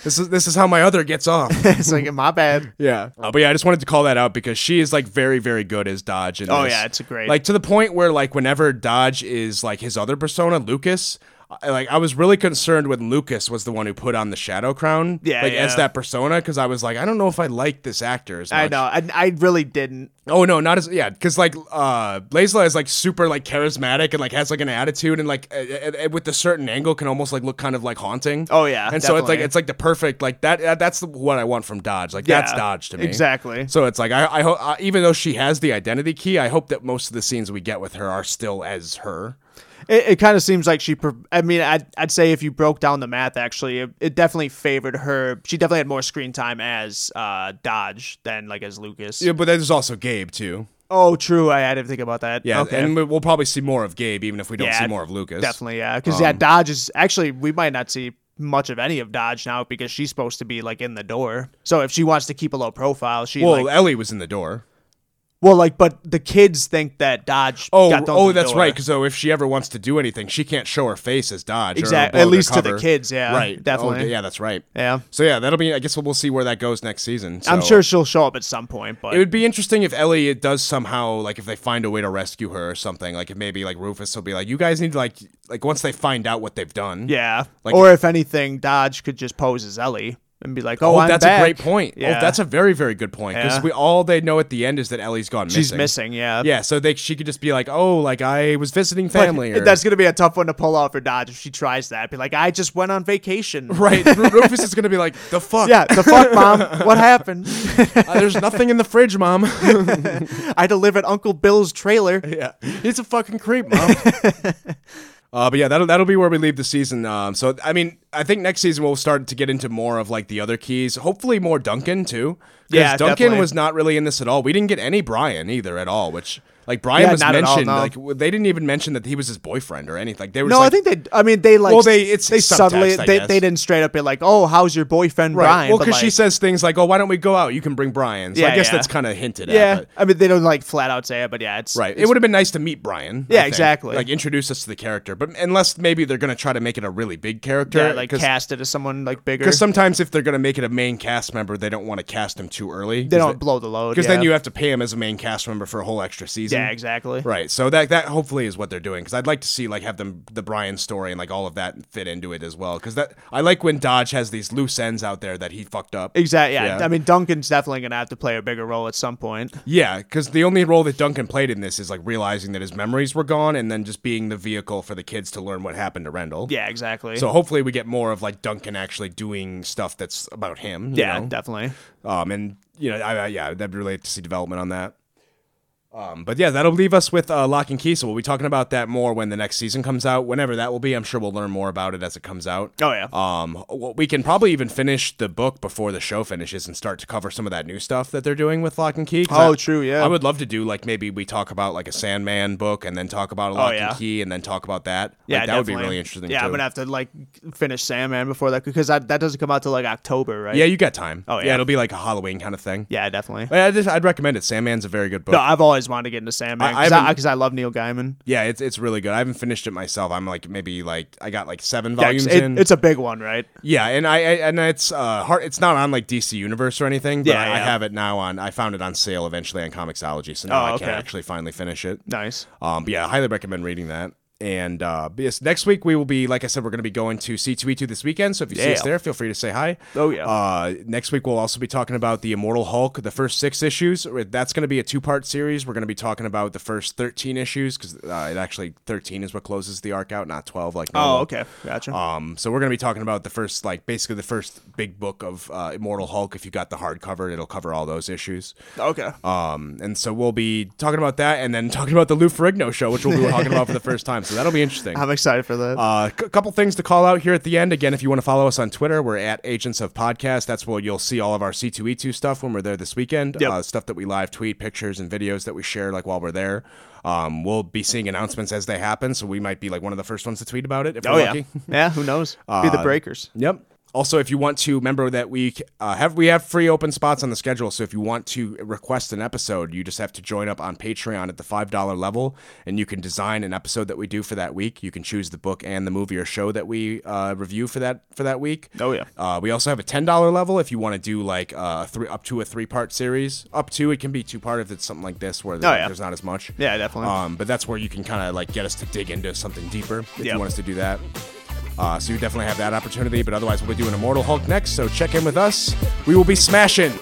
this is this is how my other gets off.
it's like my bad.
Yeah.
Oh.
Uh, but yeah, I just wanted to call that out because she is like very, very good as Dodge. In
Oh,
this.
yeah, it's a great-
Like to the point where like whenever Dodge is like his other persona, Lucas. I, like I was really concerned when Lucas was the one who put on the Shadow Crown,
Yeah,
like as
yeah.
that persona, because I was like, I don't know if I like this actor as much.
I know. I, I really didn't.
Oh no, not as yeah, because like uh, Blaisdell is like super like charismatic and like has like an attitude and like uh, uh, uh, with a certain angle can almost like look kind of like haunting.
Oh, yeah,
and so it's like
definitely.
it's like the perfect like that. Uh, that's what I want from Dodge. Like that's
Yeah,
Dodge to me.
Exactly.
So it's like I, I hope, uh, even though she has the identity key, I hope that most of the scenes we get with her are still as her.
It, it kind of seems like she. pre- I mean, I'd, I'd say if you broke down the math, actually, it, it definitely favored her. She definitely had more screen time as uh, Dodge than like as Lucas.
Yeah, but there's also Gabe too.
Oh, true. I, I didn't think about that.
Yeah,
Okay.
and we- we'll probably see more of Gabe, even if we don't
Yeah,
see more of Lucas. um,
Definitely, yeah. Because yeah, Dodge is actually we might not see much of any of Dodge now because she's supposed to be like in the door. So if she wants to keep a low profile, she
Well,
like,
Ellie was in the door.
well, like, but the kids think that Dodge.
Oh,
got thrown
oh,
through the
that's
door.
right. Because so if she ever wants to do anything, she can't show her face as Dodge. or
Exact-
blow their
at least to the
cover.
kids, yeah,
right? Oh,
definitely.
yeah, that's right.
Yeah,
So yeah, that'll be. I guess we'll, we'll see where that goes next season.
I'm
So
sure she'll show up at some point, but
it would be interesting if Ellie it does somehow like if they find a way to rescue her or something. Like if maybe like Rufus will be like, you guys need to like like once they find out what they've done.
yeah.
Like-
or if anything, Dodge could just pose as Ellie and be like, "Oh,
Oh,
I'm
that's
back."
a great point.
Yeah.
Oh, that's a very very good point because
Yeah.
we all they know at the end is that Ellie's gone missing.
She's missing. Yeah,
Yeah, so they she could just be like, oh, like I was visiting
But
family. or,
That's gonna be a tough one to pull off for Dodge if she tries that. Be like, "I just went on vacation."
right. Ru- Rufus is gonna be like, the fuck.
Yeah, the fuck, mom. What happened?
Uh, there's nothing in the fridge, mom.
I had to live at Uncle Bill's trailer.
yeah, it's a fucking creep, mom. uh, but yeah, that'll that'll be where we leave the season. Um, so I mean, I think next season we'll start to get into more of like the other keys. Hopefully, more Duncan too. 'Cause
Yeah,
Duncan
definitely.
was not really in this at all. We didn't get any Brian either at all, which. Like Brian
Yeah,
was
not at all,
mentioned,
no.
like w- they didn't even mention that he was his boyfriend or anything. Like they were
No,
just
I
like,
think they. I mean, they like.
Well, they- it's
they subtly.
subtext, I
they,
guess.
they didn't straight up be like, "Oh, how's your boyfriend Brian?"
Well,
but,
because she
like,
says things like, "Oh, why don't we go out? You can bring Brian." So I
Yeah,
guess
yeah.
that's kind of hinted
yeah.
at. but-
I mean, they don't like flat out say it, but yeah, it's
Right. It
it's-
would have been nice to meet Brian. I
Yeah,
think.
exactly.
Like introduce us to the character, but unless maybe they're going to try to make it a really big character,
yeah, like
cause,
cast it as someone like bigger.
'cause sometimes if they're going to make it a main cast member, they don't want to cast him too early.
they don't blow the load.
because
yeah.
then you have to pay him as a main cast member for a whole extra season.
Yeah, exactly.
Right. So that that hopefully is what they're doing because I'd like to see like have them the Brian story and like all of that fit into it as well because that I like when Dodge has these loose ends out there that he fucked up.
Exactly. Yeah.
Yeah.
I mean, Duncan's definitely gonna have to play a bigger role at some point.
Yeah, because the only role that Duncan played in this is like realizing that his memories were gone and then just being the vehicle for the kids to learn what happened to Rendell.
Yeah, exactly.
So hopefully we get more of like Duncan actually doing stuff that's about him. you
yeah,
know?
definitely.
um, and you know, I, I, yeah, that'd be really to see development on that. Um, but yeah, that'll leave us with uh, Lock and Key. So we'll be talking about that more when the next season comes out. Whenever that will be, I'm sure we'll learn more about it as it comes out.
Oh, yeah.
Um, well, we can probably even finish the book before the show finishes and start to cover some of that new stuff that they're doing with Lock and Key. 'Cause
Oh,
I-
true, yeah.
I would love to do like maybe we talk about like a Sandman book and then talk about a Lock
Oh, yeah.
and Key and then talk about that.
Yeah,
like, that would be
definitely.
really interesting.
Yeah,
too.
I'm gonna have to like finish Sandman before that because that, that doesn't come out till like October, right?
Yeah, you got time.
Oh,
yeah,
yeah.
it'll be like a Halloween kind of thing.
Yeah, definitely.
But I just, I'd recommend it. Sandman's a very good book.
No, I've always wanted to get into Sandman
I- I
because I,
haven't-
'cause I love Neil Gaiman.
Yeah, it's it's really good. I haven't finished it myself. I'm like maybe like I got like seven
Yeah,
volumes
'cause it-
in.
It's a big one, right?
yeah, and I, I and it's uh hard. It's not on like DC Universe or anything. But
Yeah,
I, I
yeah.
have it now on. I found it on sale eventually on Comixology, so now
Oh,
I can
okay.
actually finally finish it.
Nice.
Um, but yeah, I highly recommend reading that. and uh, but yes, next week we will be, like I said, we're going to be going to C2E2 this weekend. So if you see us
Yeah.
there, feel free to say hi.
Oh, yeah.
Uh, next week we'll also be talking about the Immortal Hulk, the first six issues. Uh, That's going to be a two-part series. We're going to be talking about the first thirteen issues because uh, it actually thirteen is what closes the arc out, not twelve like. normal.
Oh, okay, gotcha.
Um, so we're gonna be talking about the first, like, basically the first big book of uh, Immortal Hulk. If you got the hardcover, it'll cover all those issues.
okay,
Um, and so we'll be talking about that, and then talking about the Lou Ferrigno show, which we'll be talking about for the first time. So that'll be interesting.
I'm excited for that.
Uh, a couple things to call out here at the end. Again, if you want to follow us on Twitter, we're at Agents of Podcast. That's where you'll see all of our C2E2 stuff when we're there this weekend.
Yep.
Uh, stuff that we live tweet, pictures and videos that we share like while we're there. Um, we'll be seeing announcements as they happen, so we might be like one of the first ones to tweet about it if
oh
we're
yeah,
lucky. Uh,
yeah. Who knows? Be the breakers.
Yep. Also, if you want to remember that we uh, have we have free open spots on the schedule, so if you want to request an episode, you just have to join up on Patreon at the five dollar level, and you can design an episode that we do for that week. You can choose the book and the movie or show that we uh, review for that for that week.
Oh, yeah.
Uh, we also have a ten dollar level if you want to do like uh, three up to a three part series. Up to it can be two part if it's something like this where
Oh, yeah.
there's not as much.
Yeah, definitely.
Um, but that's where you can kind of like get us to dig into something deeper if
Yep.
you want us to do that. Uh, so you definitely have that opportunity. But otherwise, we'll be doing Immortal Hulk next. So check in with us. We will be smashing.